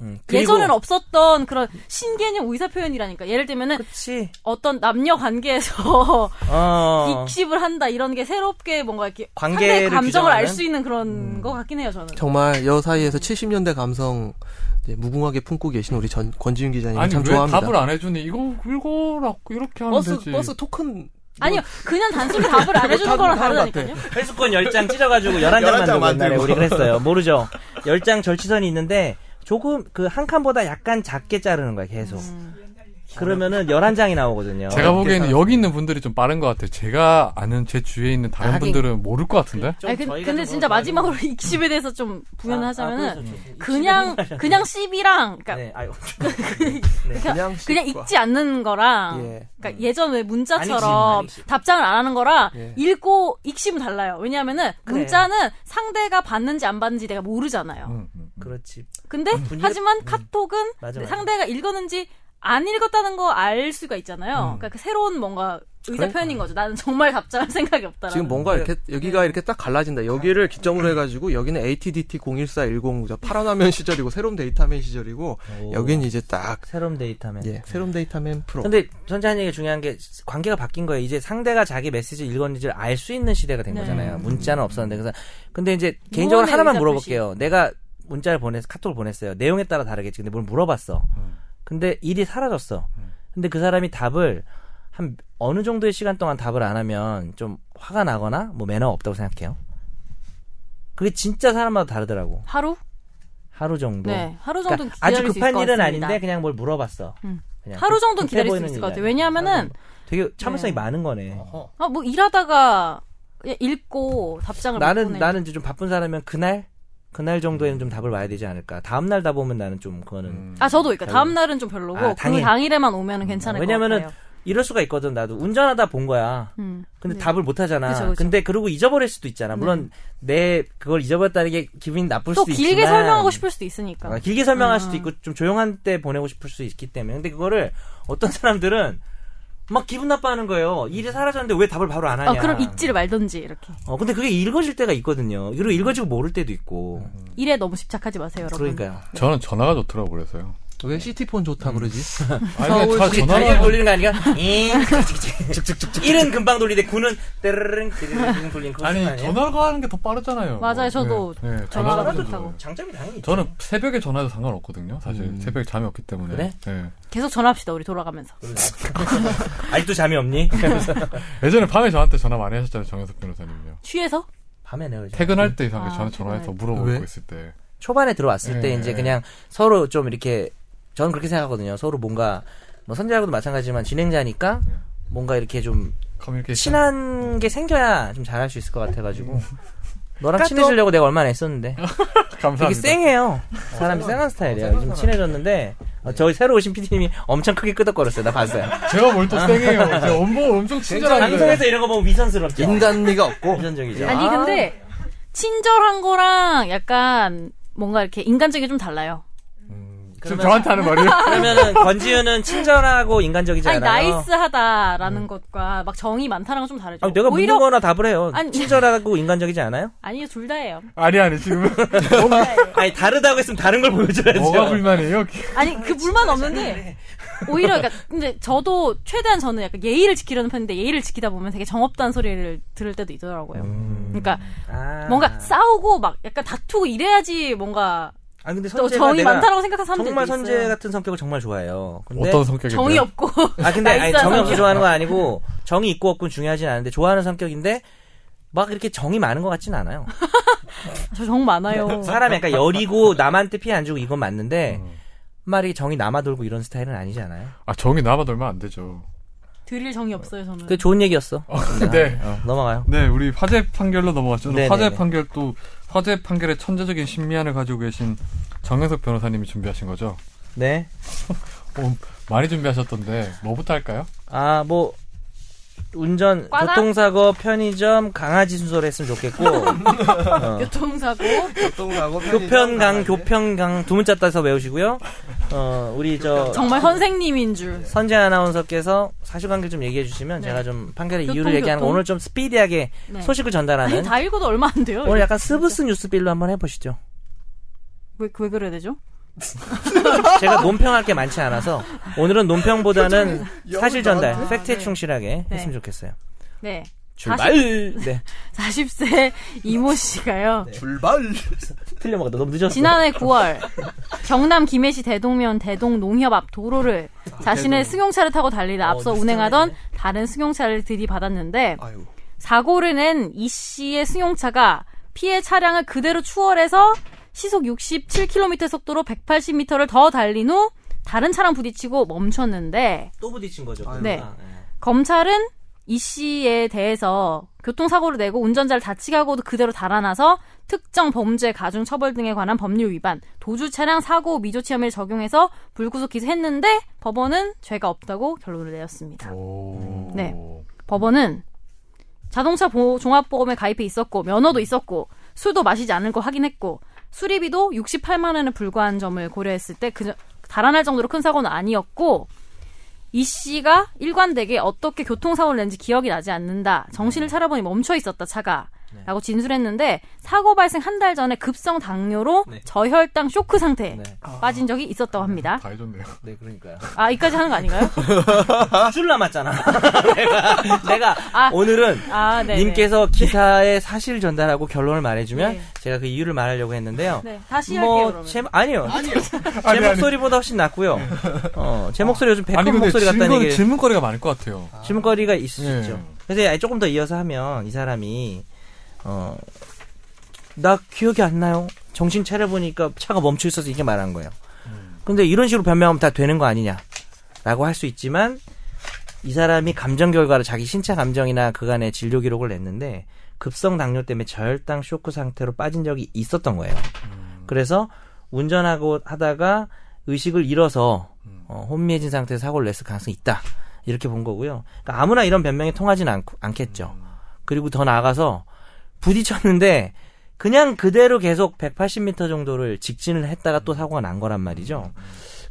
Speaker 2: 음, 그리고-
Speaker 4: 예전에는 없었던 그런 신개념 의사 표현이라니까 예를 들면은
Speaker 2: 그치.
Speaker 4: 어떤 남녀 관계에서
Speaker 2: 어.
Speaker 4: 익십을 한다 이런 게 새롭게 뭔가 이렇게
Speaker 2: 관계를
Speaker 4: 상대의 감정을
Speaker 2: 규정하는? 음.
Speaker 4: 알 수 있는 그런 것 같긴 해요 저는
Speaker 3: 정말 여 사이에서 70년대 감성 이제 무궁하게 품고 계신 우리 전 권지윤 기자님
Speaker 1: 아니 왜
Speaker 3: 네, 참 좋아합니다.
Speaker 1: 답을 안 해주니 이거 이거라고 이렇게 하면
Speaker 3: 버스
Speaker 1: 되지.
Speaker 3: 버스 토큰
Speaker 4: 아니요
Speaker 2: 뭐
Speaker 4: 그냥 단순히 답을 안 해주는
Speaker 3: 다른-
Speaker 4: 거랑
Speaker 3: 다른 것
Speaker 4: 다르다니까요
Speaker 2: 회수권 10장 찢어가지고
Speaker 5: 11장
Speaker 2: 11장 만들고 옛날에
Speaker 5: 만들고.
Speaker 2: 우리 그랬어요. 모르죠? 10장 절치선이 있는데 조금 그 한 칸보다 약간 작게 자르는 거야 계속.
Speaker 4: 음.
Speaker 2: 그러면은 11장이 나오거든요.
Speaker 1: 제가 보기에는 여기 있는 분들이 좀 빠른 것 같아요. 제가 아는 제 주위에 있는 다른
Speaker 2: 하긴.
Speaker 1: 분들은 모를 것 같은데.
Speaker 2: 좀
Speaker 4: 아니, 근-
Speaker 2: 저희가
Speaker 4: 근데
Speaker 2: 좀
Speaker 4: 진짜
Speaker 2: 그런
Speaker 4: 마지막으로 익십에 대해서 좀
Speaker 2: 거 아니에요?
Speaker 4: 부연을
Speaker 2: 아,
Speaker 4: 하자면은
Speaker 2: 그래서 좀
Speaker 4: 그냥
Speaker 2: 익십은-
Speaker 4: 그냥 씹이랑 그러니까 네.
Speaker 2: 네, 아유. 네.
Speaker 3: 그냥
Speaker 4: 그냥
Speaker 3: 씹과.
Speaker 4: 읽지 않는 거랑
Speaker 3: 예.
Speaker 4: 그러니까 예전 왜
Speaker 2: 아니지,
Speaker 4: 문자처럼
Speaker 2: 아니지.
Speaker 4: 답장을 안 하는 거랑
Speaker 3: 예.
Speaker 4: 읽고 읽심은 달라요. 왜냐하면은
Speaker 2: 그래.
Speaker 4: 문자는 상대가 받는지 안 받는지 내가 모르잖아요.
Speaker 1: 음, 음.
Speaker 2: 그렇지.
Speaker 4: 근데
Speaker 2: 아, 분위기-
Speaker 4: 하지만 카톡은
Speaker 2: 음. 맞아, 맞아.
Speaker 4: 상대가 읽었는지 안 읽었다는 거 알 수가
Speaker 2: 음.
Speaker 4: 있잖아요. 그러니까 그 새로운 뭔가 의사 표현인 거죠. 나는 정말 답장할 생각이 없다라는.
Speaker 3: 지금 뭔가 이렇게 여기가 이렇게 딱 갈라진다. 여기를 기점으로 해가지고 여기는 ATDT 01410 저 파란 화면 시절이고 새로운 데이터 화면 시절이고 여긴 이제 딱
Speaker 2: 새로운 데이터면.
Speaker 3: 예, 새로운 데이터맨 프로.
Speaker 2: 근데 전자한 얘기 중요한 게 관계가 바뀐 거예요. 이제 상대가 자기 메시지 를 읽었는지를 알 수 있는 시대가 된
Speaker 4: 네.
Speaker 2: 거잖아요. 문자는 없었는데 그래서 근데 이제 개인적으로
Speaker 4: 무언의
Speaker 2: 하나만
Speaker 4: 의사
Speaker 2: 음. 물어볼게요. 내가 문자를 보내서 카톡을 보냈어요. 내용에 따라 다르겠지. 근데 뭘 물어봤어. 근데 일이 사라졌어. 근데 그 사람이 답을 한 어느 정도의 시간 동안 답을 안 하면 좀 화가 나거나 뭐 매너 가 없다고 생각해요. 그게 진짜 사람마다 다르더라고.
Speaker 4: 하루?
Speaker 2: 하루 정도.
Speaker 4: 네, 하루 정도
Speaker 2: 그러니까
Speaker 4: 기다릴
Speaker 2: 아주
Speaker 4: 수 있을
Speaker 2: 급한
Speaker 4: 것
Speaker 2: 일은
Speaker 4: 같습니다.
Speaker 2: 아닌데 그냥 뭘 물어봤어.
Speaker 4: 음.
Speaker 2: 그냥
Speaker 4: 하루
Speaker 2: 급-
Speaker 4: 정도는
Speaker 2: 급해
Speaker 4: 기다릴 수
Speaker 2: 보이는
Speaker 4: 있을 것 같아요.
Speaker 2: 일이 아니라.
Speaker 4: 왜냐하면은
Speaker 2: 되게 참을성이
Speaker 4: 네.
Speaker 2: 많은 거네.
Speaker 4: 아, 뭐 일하다가 그냥 읽고 답장을 못
Speaker 2: 나는
Speaker 4: 보내는
Speaker 2: 나는 이제 좀 바쁜 사람이면 그날 그날 정도에는 좀 답을 와야 되지 않을까. 다음 날 다 보면 나는 좀 그거는
Speaker 4: 아 저도 그러니까 다음 날은 좀 별로고
Speaker 2: 아,
Speaker 4: 그
Speaker 2: 당일.
Speaker 4: 당일에만 오면은 괜찮을
Speaker 2: 왜냐면은
Speaker 4: 것 같아요.
Speaker 2: 이럴 수가 있거든. 나도 운전하다 본 거야.
Speaker 4: 음.
Speaker 2: 근데
Speaker 4: 네.
Speaker 2: 답을 못 하잖아.
Speaker 4: 그쵸, 그쵸.
Speaker 2: 근데 그러고 잊어버릴 수도 있잖아. 물론 내 그걸 잊어버렸다는 게 기분이 나쁠
Speaker 4: 또
Speaker 2: 수도
Speaker 4: 길게
Speaker 2: 있지만
Speaker 4: 설명하고 싶을 수도 있으니까. 음.
Speaker 2: 아, 길게 설명할 수도 있고 좀 조용한 때 보내고 싶을 수 있기 때문에. 근데 그거를 어떤 사람들은 막 기분 나빠하는 거예요. 일이 사라졌는데 왜 답을 바로 안 하냐.
Speaker 4: 어, 그럼 읽지를 말든지 이렇게.
Speaker 2: 어, 근데 그게 읽어질 때가 있거든요. 그리고 읽어지고 모를 때도 있고.
Speaker 4: 일에 너무 집착하지 마세요, 여러분.
Speaker 2: 그러니까요.
Speaker 1: 저는 전화가 좋더라고 그래서요.
Speaker 3: 왜 시티폰 좋다 그러지?
Speaker 1: 아니 그냥 다
Speaker 2: 혹시 달걀
Speaker 1: 전화가
Speaker 2: 돌리는 거 아니야? 쭉쭉쭉쭉쭉. 일은 금방 돌리는데 구는 르릉 르릉 돌리는 그거
Speaker 1: 아니
Speaker 2: 쓰는 거 아니에요?
Speaker 1: 전화가 하는 게 더 빠르잖아요.
Speaker 4: 맞아요,
Speaker 1: 뭐,
Speaker 4: 저도
Speaker 1: 예, 예,
Speaker 4: 전화가
Speaker 1: 전화가 좀
Speaker 4: 좋다고.
Speaker 2: 장점이 당연히 있죠.
Speaker 1: 저는 새벽에 전화도 상관없거든요. 사실 새벽에 잠이 없기 때문에.
Speaker 2: 그래?
Speaker 1: 예.
Speaker 4: 계속 전화합시다, 우리 돌아가면서.
Speaker 2: 아직도 잠이 없니?
Speaker 1: 예전에 밤에 저한테 전화 많이 하셨잖아요, 정현석 변호사님요.
Speaker 4: 취해서?
Speaker 2: 밤에 내요.
Speaker 1: 퇴근할 때 이상하게
Speaker 4: 아,
Speaker 1: 저는 전화해서
Speaker 4: 퇴근할
Speaker 1: 물어보고
Speaker 3: 왜?
Speaker 1: 있을 때.
Speaker 2: 초반에 들어왔을 때
Speaker 1: 예,
Speaker 2: 이제
Speaker 1: 예.
Speaker 2: 그냥 서로 좀 이렇게 저는 그렇게 생각하거든요. 서로 뭔가 뭐 선재하고도 마찬가지지만 진행자니까 뭔가 이렇게 좀
Speaker 1: 커뮤니케이션.
Speaker 2: 친한 게 생겨야 좀 잘할 수 있을 것 같아가지고 너랑 친해지려고 내가 얼마나 애썼는데 되게
Speaker 1: 감사합니다.
Speaker 2: 쌩해요. 사람이 쌩한 스타일이에요. 요즘 친해졌는데 어, 저희 새로 오신 PD님이 엄청 크게 끄덕거렸어요. 나 봤어요.
Speaker 1: 제가 뭘 또 쌩해요. 제가 엄청 엄청 친절한데.
Speaker 2: 방송에서 이런 거 보면 위선스럽죠.
Speaker 3: 인간미가 없고
Speaker 2: 위선적이죠.
Speaker 4: 아니, 근데, 친절한 거랑 약간, 뭔가 이렇게 인간적인 게 좀 달라요.
Speaker 1: 지금 저한테 하는 말이에요.
Speaker 2: 아, 그러면은 권지윤은 친절하고 인간적이지
Speaker 4: 아니,
Speaker 2: 않아요. 음.
Speaker 4: 나이스하다라는 것과 막 정이 많다는 건 좀 다르죠.
Speaker 2: 아니, 내가
Speaker 4: 오히려,
Speaker 2: 묻는거나 답을 해요.
Speaker 4: 아니.
Speaker 2: 친절하고 인간적이지 않아요?
Speaker 4: 아니요, 둘 다예요.
Speaker 1: 아니 아니 지금
Speaker 2: 아니 다르다고 했으면 다른 걸 보여줘야죠.
Speaker 1: 뭐가 불만이에요?
Speaker 4: 아니, 그 불만 없는데, 오히려, 그러니까, 근데 저도, 최대한 저는 약간 예의를 지키려는 편인데, 예의를 지키다 보면 되게 정없다는 소리를 들을 때도 있더라고요.
Speaker 2: 음.
Speaker 4: 그러니까,
Speaker 2: 아.
Speaker 4: 뭔가 싸우고 막 약간 다투고 이래야지 뭔가
Speaker 2: 아 근데
Speaker 4: 또
Speaker 2: 선재가
Speaker 4: 정이
Speaker 2: 내가
Speaker 4: 많다라고 생각하는 사람들도
Speaker 2: 정말
Speaker 4: 있어요.
Speaker 2: 선재 같은 성격을 정말 좋아해요. 근데
Speaker 1: 어떤 성격이에요?
Speaker 4: 정이 없고
Speaker 2: 아 근데 아니,
Speaker 4: 나이스한
Speaker 2: 정이 없어
Speaker 4: 성격.
Speaker 2: 좋아하는 건 아니고 정이 있고 없고는 중요하진 않은데 좋아하는 성격인데 막 이렇게 정이 많은 것 같진 않아요.
Speaker 4: 저 정 많아요.
Speaker 2: 사람이 약간 여리고 남한테 피해 안 주고 이건 맞는데
Speaker 1: 음.
Speaker 2: 말이 정이 남아 돌고 이런 스타일은 아니잖아요.
Speaker 1: 아 정이 남아 돌면 안 되죠.
Speaker 4: 드릴 정이 없어요 저는.
Speaker 2: 그 좋은 얘기였어.
Speaker 1: 네.
Speaker 2: 어, 넘어가요.
Speaker 1: 네, 우리 화재 판결로 넘어갔죠.
Speaker 2: 네네네.
Speaker 1: 화재 판결 또 화재 판결의 천재적인 심미안을 가지고 계신 정현석 변호사님이 준비하신 거죠.
Speaker 2: 네.
Speaker 1: 어, 많이 준비하셨던데 뭐부터 할까요?
Speaker 2: 아, 뭐 운전,
Speaker 4: 과다?
Speaker 2: 교통사고, 편의점, 강아지 순서로 했으면 좋겠고 어.
Speaker 4: 교통사고
Speaker 3: 교통사고
Speaker 2: 교편강, 교편강 두 문자 따서 외우시고요. 어, 우리 저
Speaker 4: 정말 선생님인 줄.
Speaker 2: 선재 아나운서께서 사실관계 좀 얘기해 주시면
Speaker 4: 네.
Speaker 2: 제가 좀 판결의
Speaker 4: 교통,
Speaker 2: 이유를 얘기하는 거
Speaker 4: 교통.
Speaker 2: 오늘 좀 스피디하게
Speaker 4: 네.
Speaker 2: 소식을
Speaker 4: 아니,
Speaker 2: 전달하는
Speaker 4: 다 읽어도 얼마 안 돼요.
Speaker 2: 오늘 약간 스브스 뉴스빌로 한번 해보시죠.
Speaker 4: 왜, 왜 그래야 되죠?
Speaker 2: 제가 논평할 게 많지 않아서 오늘은 논평보다는 사실 전달, 팩트에
Speaker 4: 네.
Speaker 2: 충실하게
Speaker 4: 네.
Speaker 2: 했으면 좋겠어요.
Speaker 4: 네.
Speaker 2: 출발. 네,
Speaker 4: 40세 이모 씨가요.
Speaker 3: 출발.
Speaker 2: 틀려 먹었다. 너무 늦었어.
Speaker 4: 지난해 9월 경남 김해시 대동면 대동 농협 앞 도로를 자신의 승용차를 타고 달리다 앞서
Speaker 2: 아, 어,
Speaker 4: 운행하던 다른 승용차를 들이받았는데
Speaker 3: 아유.
Speaker 4: 사고를 낸 이 씨의 승용차가 피해 차량을 그대로 추월해서 시속 67km 속도로 180m를 더 달린 후 다른 차랑 부딪히고 멈췄는데
Speaker 2: 또 부딪힌 거죠.
Speaker 3: 아유.
Speaker 4: 네.
Speaker 2: 그러니까. 네.
Speaker 4: 검찰은 이 씨에 대해서 교통사고를 내고 운전자를 다치게 하고도 그대로 달아나서 특정 범죄 가중 처벌 등에 관한 법률 위반, 도주 차량 사고 미조치 혐의를 적용해서 불구속 기소했는데 법원은 죄가 없다고 결론을 내렸습니다.
Speaker 1: 오.
Speaker 4: 네. 법원은 자동차 보호- 종합보험에 가입해 있었고 면허도 있었고 술도 마시지 않을 거 확인했고 수리비도 68만 원에 불과한 점을 고려했을 때 그저 달아날 정도로 큰 사고는 아니었고 이 씨가 일관되게 어떻게 교통사고를 낸지 기억이 나지 않는다.
Speaker 2: 네.
Speaker 4: 정신을 차려보니 멈춰 있었다 차가. 라고 진술했는데 사고 발생 한 달 전에 급성 당뇨로
Speaker 2: 네.
Speaker 4: 저혈당 쇼크 상태에
Speaker 2: 네. 아,
Speaker 4: 빠진 적이 있었다고 합니다.
Speaker 1: 다 해줬네요.
Speaker 2: 네, 그러니까요.
Speaker 4: 아, 이까지 하는 거 아닌가요?
Speaker 2: 네. 줄 남았잖아. 내가, 내가
Speaker 4: 아.
Speaker 2: 오늘은
Speaker 4: 아, 네.
Speaker 2: 님께서 기사의 사실 전달하고 결론을 말해주면
Speaker 4: 네.
Speaker 2: 제가 그 이유를 말하려고 했는데요.
Speaker 4: 네, 다시 할게요,
Speaker 2: 뭐,
Speaker 4: 그러면.
Speaker 2: 제, 아니요. 제
Speaker 1: 아니, 아니.
Speaker 2: 목소리보다 훨씬 낫고요. 어, 제 목소리 요즘 백화
Speaker 1: 아니 근데
Speaker 2: 목소리 같다는
Speaker 1: 질문,
Speaker 2: 얘기
Speaker 1: 질문거리가 많을 것 같아요.
Speaker 2: 질문거리가 있을 수
Speaker 1: 예.
Speaker 2: 있죠. 그래서 아예 조금 더 이어서 하면 이 사람이 어, 나 기억이 안 나요. 정신 차려 보니까 차가 멈춰 있어서 이게 말한 거예요. 근데 이런 식으로 변명하면 다 되는 거 아니냐라고 할 수 있지만 이 사람이 감정 결과를 자기 신체 감정이나 그간의 진료 기록을 냈는데 급성 당뇨 때문에 저혈당 쇼크 상태로 빠진 적이 있었던 거예요. 그래서 운전하고 하다가 의식을 잃어서 어, 혼미해진 상태에서 사고를 냈을 가능성이 있다. 이렇게 본 거고요. 그러니까 아무나 이런 변명이 통하진 않, 않겠죠. 그리고 더 나아가서 부딪혔는데 그냥 그대로 계속 180m 정도를 직진을 했다가 또 사고가 난 거란 말이죠.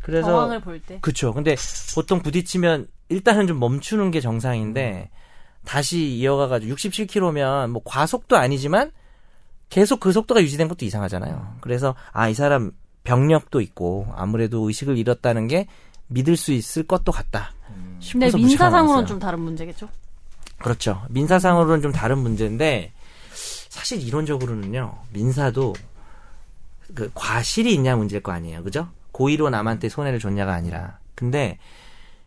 Speaker 2: 그래서
Speaker 4: 정황을 볼 때.
Speaker 2: 그쵸. 근데 보통 부딪히면 일단은 좀 멈추는 게 정상인데 다시 이어가가지고 67km면 뭐 과속도 아니지만 계속 그 속도가 유지된 것도 이상하잖아요. 그래서 아 이 사람 병력도 있고 아무래도 의식을 잃었다는 게 믿을 수 있을 것도 같다.
Speaker 4: 근데
Speaker 2: 싶어서 무시가
Speaker 4: 민사상으로는
Speaker 2: 나왔어요.
Speaker 4: 좀 다른 문제겠죠?
Speaker 2: 그렇죠. 민사상으로는 좀 다른 문제인데 사실 이론적으로는요 민사도 그 과실이 있냐 문제일 거 아니에요, 그죠? 고의로 남한테 손해를 줬냐가 아니라 근데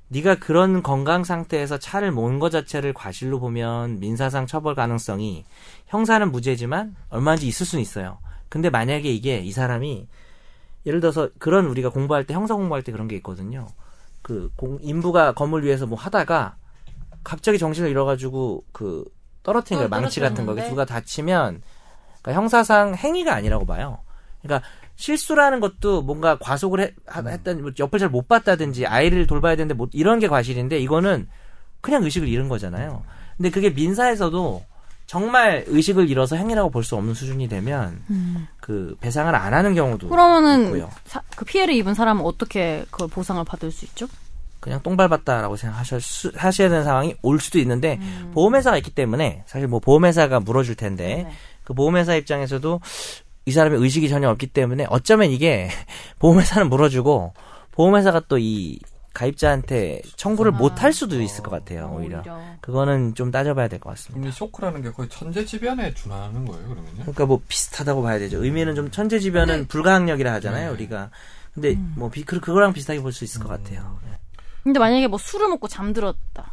Speaker 2: 네가 그런 건강 상태에서 차를 모은 것 자체를 과실로 보면 민사상 처벌 가능성이 형사는 무죄지만 얼마든지 있을 수는 있어요. 근데 만약에 이게 이 사람이 예를 들어서 그런 우리가 공부할 때 형사 공부할 때 그런 게 있거든요. 그 공, 인부가 건물 위에서 뭐 하다가 갑자기 정신을 잃어가지고 그 떨어뜨린 거예요.
Speaker 4: 떨-
Speaker 2: 망치 같은 거.
Speaker 4: 떨어뜨렸는데.
Speaker 2: 누가 다치면 그러니까 형사상 행위가 아니라고 봐요. 그러니까 실수라는 것도 뭔가 과속을 했, 다뭐 옆을 잘 못 봤다든지 아이를 돌봐야 되는데 못, 이런 게 과실인데 이거는 그냥 의식을 잃은 거잖아요. 근데 그게 민사에서도 정말 의식을 잃어서 행위라고 볼 수 없는 수준이 되면 그 배상을 안 하는 경우도
Speaker 4: 그러면은
Speaker 2: 있고요.
Speaker 4: 사- 그 피해를 입은 사람은 어떻게 그 보상을 받을 수 있죠?
Speaker 2: 그냥 똥 밟았다라고 생각하셔야 수- 하셔야 되는 상황이 올 수도
Speaker 4: 음.
Speaker 2: 있는데 네. 보험회사가 있기 때문에 사실 뭐 보험회사가 물어줄 텐데
Speaker 4: 네.
Speaker 2: 그 보험회사 입장에서도 이 사람의 의식이 전혀 없기 때문에 어쩌면 이게 보험회사는 물어주고 보험회사가 또 이 가입자한테 청구를
Speaker 4: 아.
Speaker 2: 못 할 수도 있을 것 같아요 네, 오히려 그거는 좀 따져봐야 될 것 같습니다.
Speaker 1: 근데 쇼크라는 게 거의 천재지변에 준하는 거예요, 그러면요?
Speaker 2: 그러니까 뭐 비슷하다고 봐야 되죠. 의미는 좀 천재지변은 불가항력이라 하잖아요
Speaker 1: 네.
Speaker 2: 우리가. 근데 뭐 비, 그- 그거랑 비슷하게 볼 수 있을 것 같아요. 네.
Speaker 4: 근데 만약에 뭐 술을 먹고 잠들었다.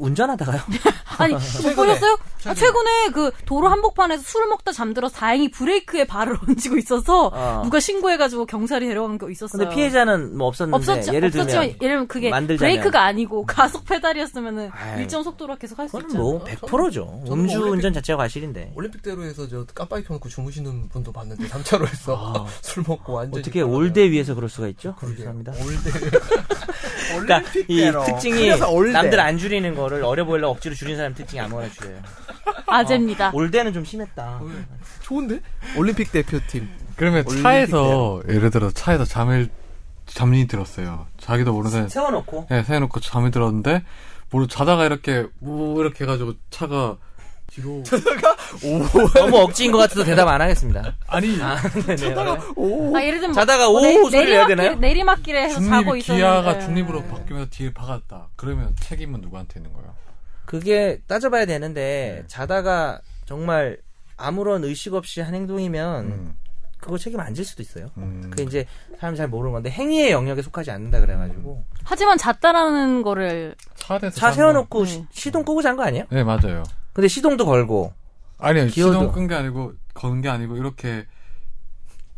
Speaker 2: 운전하다가요.
Speaker 4: 아니 못 보셨어요? 아, 최근에 그 도로 한복판에서 술을 먹다 잠들어서 다행히 브레이크에 발을 얹고 있어서
Speaker 2: 어.
Speaker 4: 누가 신고해가지고 경찰이 데려간 거 있었어요.
Speaker 2: 근데 피해자는 뭐 없었는데
Speaker 4: 없었지,
Speaker 2: 예를
Speaker 4: 없었지만
Speaker 2: 들면
Speaker 4: 예를 들면 그게
Speaker 2: 만들자면.
Speaker 4: 브레이크가 아니고 가속 페달이었으면은
Speaker 2: 아유.
Speaker 4: 일정 속도로 계속 할 수
Speaker 2: 그건
Speaker 4: 있잖아.
Speaker 2: 뭐 100%죠.
Speaker 3: 저는 뭐
Speaker 2: 음주운전 자체가 과실인데.
Speaker 3: 올림픽대로에서 저 깜빡이 켜놓고 주무시는 분도 봤는데 3차로에서 술 먹고 완전
Speaker 2: 어떻게 올대 위에서 그럴 수가 있죠? 죄송합니다.
Speaker 3: 올대
Speaker 2: 그러니까 이
Speaker 3: 올림픽대로
Speaker 2: 특징이
Speaker 3: 그래서 올대.
Speaker 2: 남들 안 줄이는 거를 어려 보이려고 억지로 줄인 사람 특징이 아무거나 줄여요.
Speaker 4: 아재입니다.
Speaker 2: 올대는 좀 심했다.
Speaker 3: 좋은데 올림픽 대표팀
Speaker 1: 그러면
Speaker 3: 올림픽
Speaker 1: 차에서 예를 들어 차에서 잠을 잠이 들었어요. 자기도 모르는 사이
Speaker 2: 세워놓고
Speaker 1: 예, 세워놓고 잠이 들었는데 모르 자다가 이렇게 우 이렇게 해가지고 차가 뒤로
Speaker 2: 너무 억지인 것 같아서 대답 안 하겠습니다.
Speaker 1: 아니
Speaker 2: 아, 네네.
Speaker 4: 아, 예를 들면
Speaker 2: 자다가
Speaker 4: 뭐
Speaker 2: 오
Speaker 4: 내-
Speaker 2: 소리를 내야 되나요?
Speaker 4: 내리막길, 내리막길에 해서 자고
Speaker 1: 중립
Speaker 4: 있었는데
Speaker 1: 기아가 중립으로 바뀌면서 뒤를 박았다. 그러면 책임은 누구한테 있는 거예요?
Speaker 2: 그게 따져봐야 되는데 자다가 정말 아무런 의식 없이 한 행동이면
Speaker 1: 음,
Speaker 2: 그거 책임 안 질 수도 있어요.
Speaker 1: 음.
Speaker 2: 그게 이제 사람 잘 모르는 건데 행위의 영역에 속하지 않는다 그래가지고
Speaker 4: 하지만 잤다라는 거를
Speaker 1: 차 안에서
Speaker 2: 차
Speaker 1: 잠깐-
Speaker 2: 세워놓고
Speaker 4: 네.
Speaker 2: 시- 시동 끄고 잔 거 아니에요?
Speaker 1: 네 맞아요.
Speaker 2: 근데 시동도 걸고
Speaker 1: 아니요
Speaker 2: 기어도.
Speaker 1: 시동 끈 게 아니고 건 게 아니고 이렇게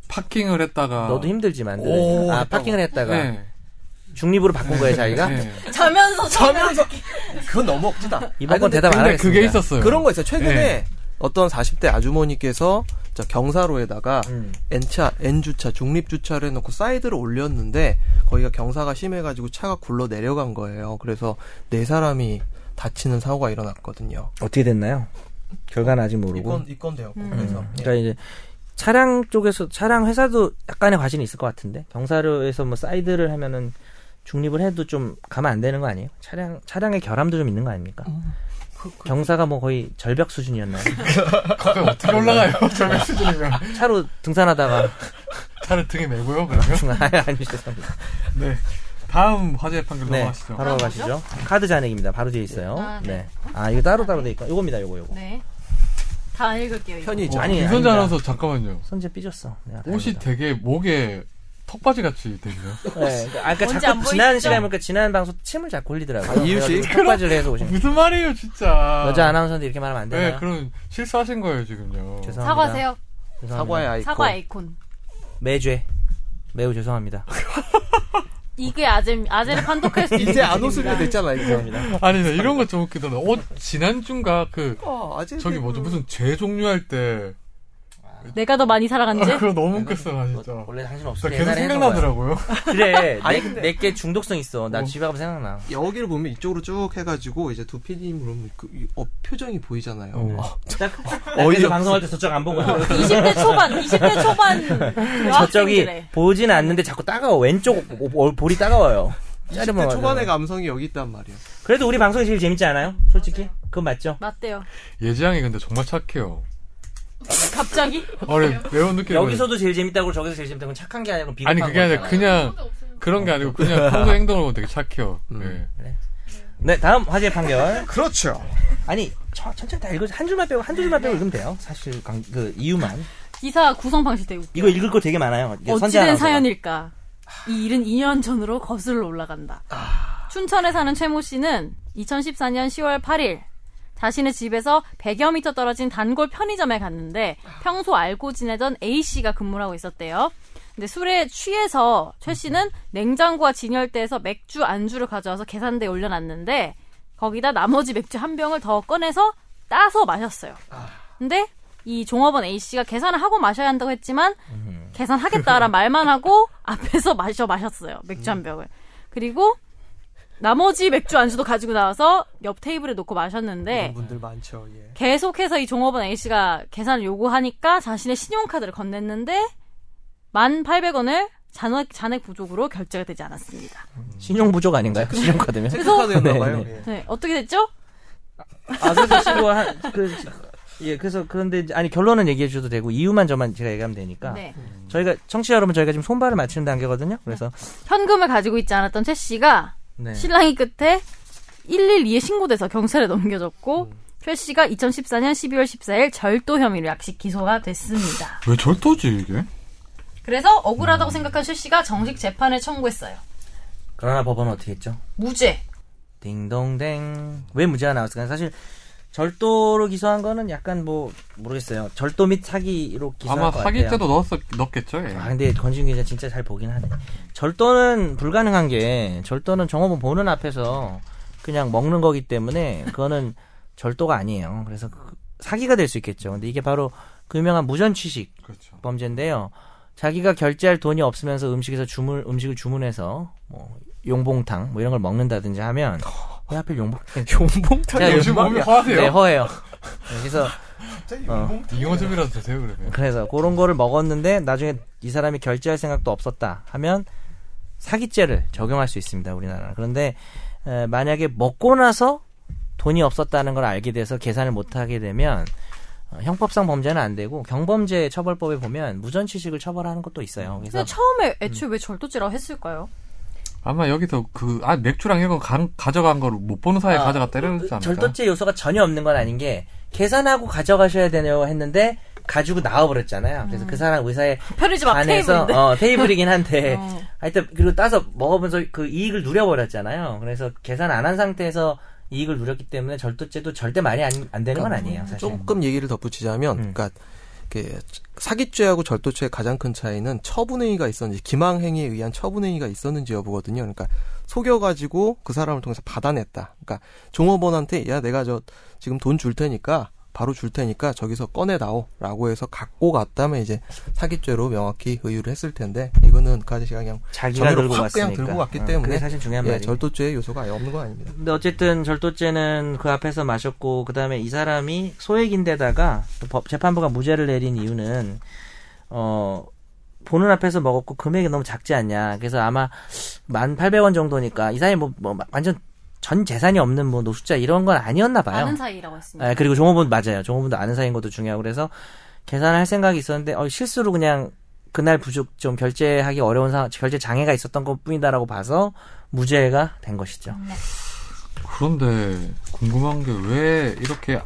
Speaker 1: 파킹을 했다가
Speaker 2: 너도 힘들지만
Speaker 3: 오,
Speaker 2: 아
Speaker 3: 했다고.
Speaker 2: 파킹을 했다가
Speaker 1: 아. 네.
Speaker 2: 중립으로 바꾼 거예요 자기가
Speaker 1: 네.
Speaker 4: 자면서
Speaker 3: 자면서 그건 너무 억지다
Speaker 2: 이번
Speaker 3: 아니,
Speaker 2: 건
Speaker 3: 근데
Speaker 2: 대답 안
Speaker 1: 근데
Speaker 2: 하겠습니다.
Speaker 1: 그게 있었어요.
Speaker 3: 그런 거 있어요 최근에
Speaker 1: 네.
Speaker 3: 어떤 40대 아주머니께서 저 경사로에다가
Speaker 2: 음.
Speaker 3: N차, N주차, 중립주차를 해놓고 사이드를 올렸는데 거기가 경사가 심해가지고 차가 굴러 내려간 거예요. 그래서 네 사람이 다치는 사고가 일어났거든요.
Speaker 2: 어떻게 됐나요? 결과는 아직 모르고
Speaker 3: 이건 이건 되었고 음. 그래서
Speaker 1: 예.
Speaker 2: 그러니까 이제 차량 쪽에서 차량 회사도 약간의 과실이 있을 것 같은데 경사로에서 뭐 사이드를 하면은 중립을 해도 좀 가면 안 되는 거 아니에요? 차량 차량의 결함도 좀 있는 거 아닙니까?
Speaker 1: 음,
Speaker 2: 경사가 뭐 거의 절벽 수준이었나요?
Speaker 1: 거기 어떻게 올라가요? 저면 수준이면
Speaker 2: 차로 등산하다가
Speaker 1: 차를 등에 메고요 그러면.
Speaker 2: 아니 아니 죄송합니다.
Speaker 1: 네. 다음 화재 판결
Speaker 2: 네
Speaker 1: 넘어가시죠.
Speaker 2: 바로 가시죠. 카드 잔액입니다. 바로 뒤에 있어요.
Speaker 4: 아, 네.
Speaker 2: 네. 아 이거 따로 따로 돼 있고 이겁니다. 요거 요거.
Speaker 4: 네. 다 읽을게요. 이거.
Speaker 3: 편의죠.
Speaker 1: 어,
Speaker 2: 아니,
Speaker 1: 유선자
Speaker 2: 아닙니다.
Speaker 1: 아나운서 잠깐만요.
Speaker 2: 선제 삐졌어. 내가 다
Speaker 1: 옷이
Speaker 2: 해보자.
Speaker 1: 되게 목에 턱받이 같이 되네요.
Speaker 2: 네, 그러니까 아까
Speaker 4: 뭔지 안
Speaker 2: 자꾸 지난
Speaker 4: 보이시죠?
Speaker 2: 시간에 보니까 지난 방송 침을 자꾸 흘리더라고요.
Speaker 3: 아, 이유식?
Speaker 2: 턱받이를 해서 오신
Speaker 1: 무슨 말이에요, 진짜.
Speaker 2: 여자 아나운서인데 이렇게 말하면 안 되나요?
Speaker 1: 네, 그럼 실수하신 거예요, 지금요.
Speaker 2: 죄송합니다.
Speaker 4: 사과하세요.
Speaker 2: 죄송합니다.
Speaker 3: 사과의 아이콘.
Speaker 4: 사과 아이콘.
Speaker 2: 매죄. 매우 죄송합니다.
Speaker 4: 이게 아재 아재를 판독할 수 있는
Speaker 3: 이제 안
Speaker 4: 기준입니다.
Speaker 3: 웃으면 됐잖아 이제.
Speaker 1: 아니, 나 이런 거 좀 웃기던데. 어, 지난주인가 그,
Speaker 3: 어, 아직
Speaker 1: 저기 뭐죠, 무슨 죄 종료할 때.
Speaker 4: 내가 더 많이
Speaker 1: 아,
Speaker 4: 살아간지.
Speaker 1: 그거 너무 웃겼어, 나 진짜.
Speaker 2: 뭐, 원래 당신
Speaker 1: 나
Speaker 2: 없을 때
Speaker 1: 계속
Speaker 2: 옛날에 했던 거야.
Speaker 1: 생각나더라고요.
Speaker 2: 그래.
Speaker 3: 아니,
Speaker 2: 내-
Speaker 3: 근데-
Speaker 2: 내게 중독성 있어. 나
Speaker 1: 어.
Speaker 2: 집에 가면 생각나.
Speaker 3: 여기를 보면 이쪽으로 쭉 해가지고 이제 두 PD님 보면 그, 이- 어, 표정이 보이잖아요.
Speaker 1: 어.
Speaker 3: 어,
Speaker 2: 딱
Speaker 3: 어이없어.
Speaker 2: 어디서 방송할 때 저쪽 안 보고.
Speaker 4: 20대 초반, 20대 초반 아,
Speaker 2: 저쪽이
Speaker 4: 여학생들의
Speaker 2: 보진 않는데 자꾸 따가워. 왼쪽 오- 오- 볼이 따가워요.
Speaker 3: 20대 초반의 감성이 여기 있단 말이야.
Speaker 2: 그래도 우리 방송이 제일 재밌지 않아요? 솔직히? 그건 맞죠?
Speaker 4: 맞대요.
Speaker 2: 네.
Speaker 1: 예지양이 근데 정말 착해요.
Speaker 4: 갑자기
Speaker 1: 아니, 매우 느끼는
Speaker 2: 여기서도 제일 재밌다고 저기서 제일 재밌다고 저건 착한 게 아니라 비겁한
Speaker 1: 아니, 그게 아니라
Speaker 2: 거잖아요.
Speaker 1: 그냥, 그런 게 아니고 그냥 평소 행동을 보면 되게 착해요.
Speaker 3: 음.
Speaker 1: 네.
Speaker 2: 네, 다음 화제 판결.
Speaker 3: 그렇죠.
Speaker 2: 아니, 저, 천천히 다 읽어. 한 줄만 빼고, 한 줄만 빼고 읽으면 돼요. 사실, 강- 그, 이유만.
Speaker 4: 기사 구성 방식 되게 웃겨.
Speaker 2: 이거 읽을 거 되게 많아요. 이게 예, 선재
Speaker 4: 어찌된
Speaker 2: 아나운서가.
Speaker 4: 사연일까? 이 일은 2년 전으로 거슬러 올라간다.
Speaker 2: 아.
Speaker 4: 춘천에 사는 최모 씨는 2014년 10월 8일 자신의 집에서 100여 미터 떨어진 단골 편의점에 갔는데 평소 알고 지내던 A 씨가 근무를 하고 있었대요. 근데 술에 취해서 최 씨는 냉장고와 진열대에서 맥주 안주를 가져와서 계산대에 올려놨는데 거기다 나머지 맥주 한 병을 더 꺼내서 따서 마셨어요.
Speaker 3: 아.
Speaker 4: 근데 이 종업원 A 씨가 계산을 하고 마셔야 한다고 했지만
Speaker 3: 음.
Speaker 4: 계산하겠다라는 말만 하고 앞에서 마셔 마셨어요 맥주 한 병을 그리고 나머지 맥주 안주도 가지고 나와서 옆 테이블에 놓고 마셨는데
Speaker 3: 이런 분들 많죠. 예.
Speaker 4: 계속해서 이 종업원 A씨가 계산을 요구하니까 자신의 신용카드를 건넸는데 1,800원을 잔액, 잔액 부족으로 결제가 되지 않았습니다.
Speaker 2: 신용 부족 아닌가요? 신용카드면?
Speaker 3: 체크카드였나봐요.
Speaker 2: 네,
Speaker 3: 예.
Speaker 4: 네, 어떻게 됐죠?
Speaker 2: 아, 그래서 친구가 한, 그, 예, 그래서 그런데, 이제- 아니, 결론은 얘기해 주셔도 되고, 이유만 저만 제가 얘기하면 되니까.
Speaker 4: 네.
Speaker 2: 저희가, 청취자 여러분, 저희가 지금 손발을 맞추는 단계거든요. 그래서,
Speaker 4: 현금을 가지고 있지 않았던 최 씨가
Speaker 2: 네.
Speaker 4: 신랑이 끝에 112에 신고돼서 경찰에 넘겨졌고
Speaker 2: 음.
Speaker 4: 최 씨가 2014년 12월 14일 절도 혐의로 약식 기소가 됐습니다.
Speaker 1: 왜 절도지, 이게?
Speaker 4: 그래서
Speaker 2: 음.
Speaker 4: 억울하다고 생각한 최 씨가 정식 재판을 청구했어요.
Speaker 2: 그러나 법원은 어떻게 했죠?
Speaker 4: 무죄.
Speaker 2: 딩동댕. 왜 무죄가 나왔을까? 사실, 절도로 기소한 거는 약간 뭐 모르겠어요. 절도 및 사기로 기소한
Speaker 1: 아마
Speaker 2: 것 같아요.
Speaker 1: 사기 때도 넣었, 넣었겠죠. 예.
Speaker 2: 아 근데 권지윤 기자 진짜 잘 보긴 하네. 절도는 불가능한 게 절도는 정호분 보는 앞에서 그냥 먹는 거기 때문에 그거는 절도가 아니에요. 그래서 그- 사기가 될 수 있겠죠. 근데 이게 바로 그 유명한 무전취식
Speaker 1: 그렇죠.
Speaker 2: 범죄인데요. 자기가 결제할 돈이 없으면서 음식에서 주문 음식을 주문해서 뭐 용봉탕 뭐 이런 걸 먹는다든지 하면 왜 하필 용봉탕
Speaker 3: 용봉탕
Speaker 2: 제가
Speaker 1: 요즘 몸이
Speaker 2: 네,
Speaker 1: 화하세요.
Speaker 2: 허예요. 그래서 어.
Speaker 1: 이거 좀이라도 드세요 그러면.
Speaker 2: 그래서 그런 거를 먹었는데 나중에 이 사람이 결제할 생각도 없었다 하면 사기죄를 적용할 수 있습니다 우리나라 그런데 에, 만약에 먹고 나서 돈이 없었다는 걸 알게 돼서 계산을 못하게 되면 어, 형법상 범죄는 안 되고 경범죄 처벌법에 보면 무전취식을 처벌하는 것도 있어요 그래서
Speaker 4: 근데 처음에 애초에 왜 절도죄라고 했을까요?
Speaker 1: 아마 여기서 그 아 맥주랑 이거 가, 가져간 걸 못 보는 사이에
Speaker 2: 아,
Speaker 1: 가져갔다 이러지 않을까?
Speaker 2: 절도죄 요소가 전혀 없는 건 아닌 게 계산하고 가져가셔야 되냐고 했는데 가지고 나와버렸잖아요 그래서 그 사람 의사에
Speaker 4: 편의점 앞
Speaker 2: 반해서
Speaker 4: 테이블인데.
Speaker 2: 어, 테이블이긴 한데
Speaker 4: 어.
Speaker 2: 하여튼 그리고 따서 먹으면서 그 이익을 누려버렸잖아요. 그래서 계산 안 한 상태에서 이익을 누렸기 때문에 절도죄도 절대 말이 안, 안 되는 건 아니에요. 사실.
Speaker 3: 조금 얘기를 덧붙이자면,
Speaker 2: 음.
Speaker 3: 그러니까 이렇게 사기죄하고 절도죄의 가장 큰 차이는 처분행위가 있었는지 기망행위에 의한 처분행위가 있었는지 여부거든요. 그러니까 속여가지고 그 사람을 통해서 받아냈다. 그러니까 종업원한테 야 내가 저 지금 돈 줄 테니까 바로 줄 테니까 저기서 꺼내다오라고 해서 갖고 갔다면 이제 사기죄로 명확히 의유를 했을 텐데 이거는 그 아저씨가 그냥
Speaker 2: 자기가
Speaker 3: 전으로
Speaker 2: 들고
Speaker 3: 확
Speaker 2: 왔으니까.
Speaker 3: 그냥 들고 왔기
Speaker 2: 어,
Speaker 3: 때문에
Speaker 2: 그게 사실 중요한
Speaker 3: 예,
Speaker 2: 말이에요.
Speaker 3: 절도죄의 요소가 아예 없는 건 아닙니다.
Speaker 2: 근데 어쨌든 절도죄는 그 앞에서 마셨고 그다음에 이 사람이 소액인데다가 또법 재판부가 무죄를 내린 이유는 어 보는 앞에서 먹었고 금액이 너무 작지 않냐. 그래서 아마 만 800원 정도니까 이 사람이 뭐, 뭐 완전 전 재산이 없는 뭐 노숙자 이런 건 아니었나 봐요.
Speaker 4: 아는 사이라고 했습니다.
Speaker 2: 아, 그리고 종업원 맞아요. 종업원도 아는 사이인 것도 중요하고 그래서 계산을 할 생각이 있었는데 어, 실수로 그냥 그날 부족 좀 결제하기 어려운 상황, 결제 장애가 있었던 것뿐이다라고 봐서 무죄가 된 것이죠.
Speaker 1: 그런데 궁금한 게 왜 이렇게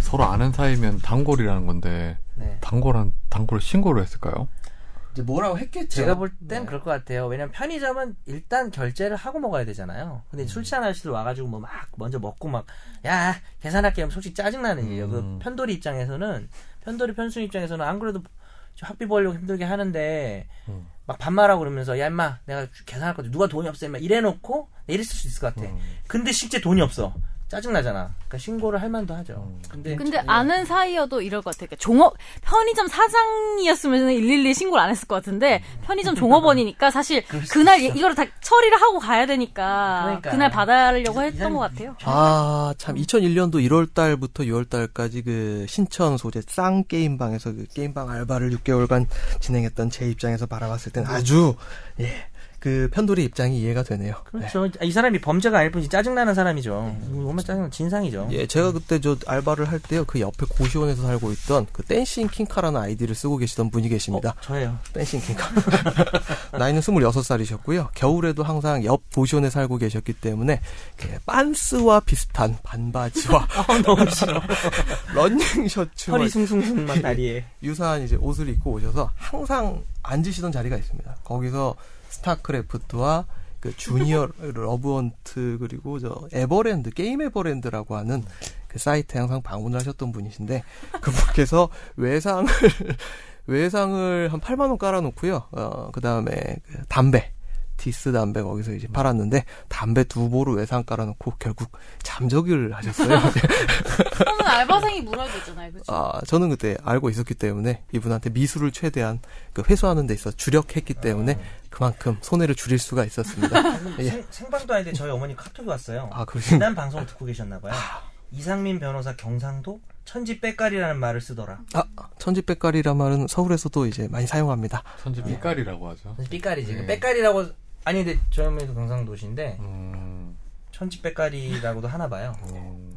Speaker 1: 서로 아는 사이면 단골이라는 건데
Speaker 2: 네.
Speaker 1: 단골한 단골 신고를 했을까요?
Speaker 3: 이제 뭐라고 했겠죠.
Speaker 2: 제가 볼 땐 그럴 것 같아요. 왜냐면 편의점은 일단 결제를 하고 먹어야 되잖아요. 근데 술 취한 아저씨들 와가지고 뭐 막 먼저 먹고 막 야 계산할게 하면 솔직히 짜증나는 일이에요. 그 편돌이 입장에서는 편돌이 편순 입장에서는 안 그래도 저 학비 벌려고 힘들게 하는데 막 반말하고 그러면서 야 임마 내가 주- 계산할 건데 누가 돈이 없어 임마 이래놓고 내렸을 수 있을 것 같아. 근데 실제 돈이 없어. 짜증나잖아. 그러니까 신고를 할 만도 하죠. 근데
Speaker 4: 근데 아는 사이여도 이럴 것 같아요. 그러니까 종업 편의점 사장이었으면 112 신고를 안 했을 것 같은데 편의점 종업원이니까 사실 그날 이- 이거를 다 처리를 하고 가야 되니까
Speaker 2: 그러니까.
Speaker 4: 그날 받으려고
Speaker 2: 이- 이
Speaker 4: 했던
Speaker 2: 사람이
Speaker 4: 것 같아요.
Speaker 3: 아, 참, 2001년도 1월달부터 6월달까지 그 신천 소재 쌍게임방에서 그 게임방 알바를 6개월간 진행했던 제 입장에서 바라봤을 땐 아주, 예, 그 편돌이 입장이 이해가 되네요.
Speaker 2: 그렇죠. 이 사람이 범죄가 아닐 뿐이지 짜증나는 사람이죠. 정말 짜증 진상이죠.
Speaker 3: 예, 제가 그때 저 알바를 할 때요, 그 옆에 고시원에서 살고 있던 그 댄싱 킹카라는 아이디를 쓰고 계시던 분이 계십니다.
Speaker 2: 어, 저예요.
Speaker 3: 댄싱 킹카. 나이는 26살이셨고요. 겨울에도 항상 옆 고시원에 살고 계셨기 때문에 이렇게 빤스와 비슷한 반바지와
Speaker 2: 아, 너무 싫어.
Speaker 3: 러닝 셔츠
Speaker 2: 허리 숭숭숭 막 다리에.
Speaker 3: 유사한 이제 옷을 입고 오셔서 항상 앉으시던 자리가 있습니다. 거기서 스타크래프트와 그 주니어 러브원트 그리고 저 에버랜드 게임 에버랜드라고 하는 그 사이트에 항상 방문을 하셨던 분이신데 그분께서 외상을 외상을 한 8만 원 깔아놓고요. 어 그다음에 그 담배 디스 담배 거기서 이제 팔았는데 담배 두 보로 외상 깔아놓고 결국 잠적을 하셨어요.
Speaker 4: 저는 알바생이 무너졌잖아요. 그렇죠?
Speaker 3: 아, 저는 그때 알고 있었기 때문에 이분한테 미수를 최대한 그 회수하는 데 있어 주력했기 때문에 그만큼 손해를 줄일 수가 있었습니다. 예.
Speaker 2: 생, 생방도 아닌데 저희 어머니 카톡이 왔어요.
Speaker 3: 아, 그러신가?
Speaker 2: 지난 방송 듣고 계셨나봐요. 이상민 변호사 경상도 천지 빼까리라는 말을 쓰더라.
Speaker 3: 아, 천지백갈이란 말은 서울에서도 이제 많이 사용합니다.
Speaker 1: 천지
Speaker 2: 네.
Speaker 1: 빛깔이라고 하죠.
Speaker 2: 삐까리지.
Speaker 1: 네.
Speaker 2: 빼까리라고 아니 근데 저희 어머니도 경상도시인데
Speaker 1: 음,
Speaker 2: 천지 빼까리라고도 하나 봐요.
Speaker 1: 음.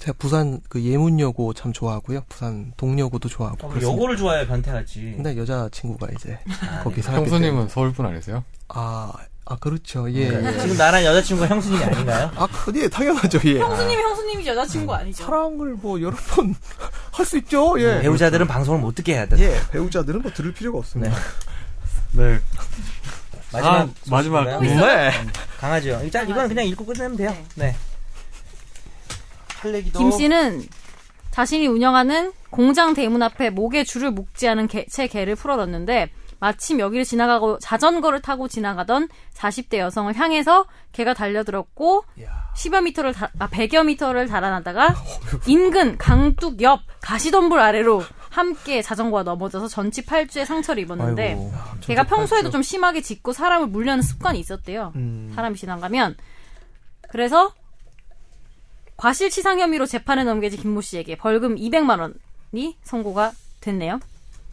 Speaker 3: 제가 부산 그 예문여고 참 좋아하고요. 부산 동여고도 좋아하고.
Speaker 2: 어,
Speaker 3: 그렇습니다.
Speaker 2: 요거를 좋아해요 변태같이.
Speaker 3: 근데 여자친구가 이제
Speaker 2: 아,
Speaker 3: 거기 살기 때문에.
Speaker 1: 형수님은 서울 분 아니세요?
Speaker 3: 아, 아, 그렇죠. 예.
Speaker 2: 네. 지금 나랑 여자친구가 형수님이 아닌가요?
Speaker 3: 아, 그, 예, 당연하죠. 예.
Speaker 4: 형수님이 형수님이 여자친구 아니죠?
Speaker 3: 사랑을 뭐 여러 번 할 수 있죠. 예.
Speaker 2: 배우자들은 방송을 못 듣게 해야 돼.
Speaker 3: 예, 배우자들은 뭐 들을 필요가 없습니다.
Speaker 1: 네.
Speaker 2: 마지막
Speaker 1: 아, 마지막. 네.
Speaker 2: 소식인가요? 강하죠. 일단 이건 그냥 읽고 끝내면 돼요. 네.
Speaker 3: 할 얘기도
Speaker 4: 김 씨는 자신이 운영하는 공장 대문 앞에 목에 줄을 묶지 않은 개, 채 개를 풀어뒀는데 마침 여기를 지나가고 자전거를 타고 지나가던 40대 여성을 향해서 개가 달려들었고 10여 미터를 달- 아 100여 미터를 달아나다가 인근 강둑 옆 가시덤불 아래로 함께 자전거와 넘어져서 전치 8주의 상처를 입었는데
Speaker 2: 아이고.
Speaker 4: 걔가 평소에도 좀 심하게 짖고 사람을 물려는 습관이 있었대요.
Speaker 3: 음.
Speaker 4: 사람이 지나가면. 그래서 과실치상 혐의로 재판에 넘겨진 김모 씨에게 벌금 200만 원이 선고가 됐네요.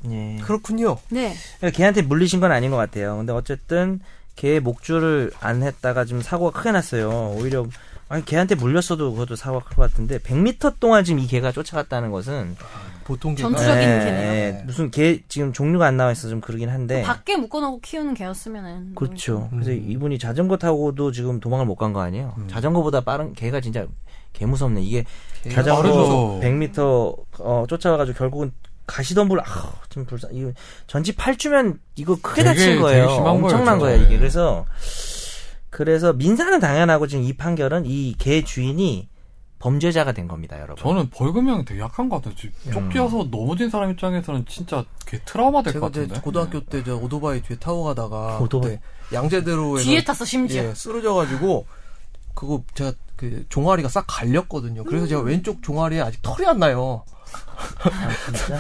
Speaker 2: 예.
Speaker 3: 그렇군요.
Speaker 4: 네.
Speaker 2: 그러니까 걔한테 물리신 건 아닌 것 같아요. 근데 어쨌든 걔 목줄을 안 했다가 지금 사고가 크게 났어요. 오히려 아니 걔한테 물렸어도 그것도 사고가 클 것 같은데 100m 동안 지금 이 개가 쫓아갔다는 것은
Speaker 3: 보통 개가
Speaker 4: 전투력- 전투적인 개네요.
Speaker 2: 무슨 개 지금 종류가 안 나와 있어 좀 그러긴
Speaker 3: 네.
Speaker 2: 한데
Speaker 4: 밖에 묶어놓고 키우는 개였으면은. 뭐
Speaker 2: 그렇죠.
Speaker 1: 음.
Speaker 2: 그래서 이분이 자전거 타고도 지금 도망을 못 간 거 아니에요. 자전거보다 빠른 개가 진짜 개 무섭네. 이게
Speaker 3: 개가
Speaker 2: 자전거
Speaker 1: 빠르죠.
Speaker 2: 100m 어, 쫓아와가지고 결국은 가시덤불 아, 좀 불쌍. 이 전지 8주면 이거 크게
Speaker 1: 되게,
Speaker 2: 다친 거예요.
Speaker 1: 되게 심한
Speaker 2: 엄청난
Speaker 1: 거예요,
Speaker 2: 거예요 이게.
Speaker 1: 네.
Speaker 2: 그래서 그래서 민사는 당연하고 지금 이 판결은 이 개 주인이 범죄자가 된 겁니다, 여러분.
Speaker 1: 저는 벌금형이 되게 약한 것 같아요. 지금
Speaker 2: 음.
Speaker 1: 쫓겨서 넘어진 사람 입장에서는 진짜 개 트라우마 될
Speaker 3: 제가
Speaker 1: 것
Speaker 3: 이제
Speaker 1: 같은데. 네.
Speaker 3: 고등학교 때 저 오토바이 뒤에 타고 가다가
Speaker 2: 오토바이.
Speaker 3: 그때 양재대로에
Speaker 4: 뒤에 탔어, 심지어.
Speaker 3: 예, 쓰러져가지고 그거 제가 그 종아리가 싹 갈렸거든요. 그래서 제가 왼쪽 종아리에 아직 털이 안 나요.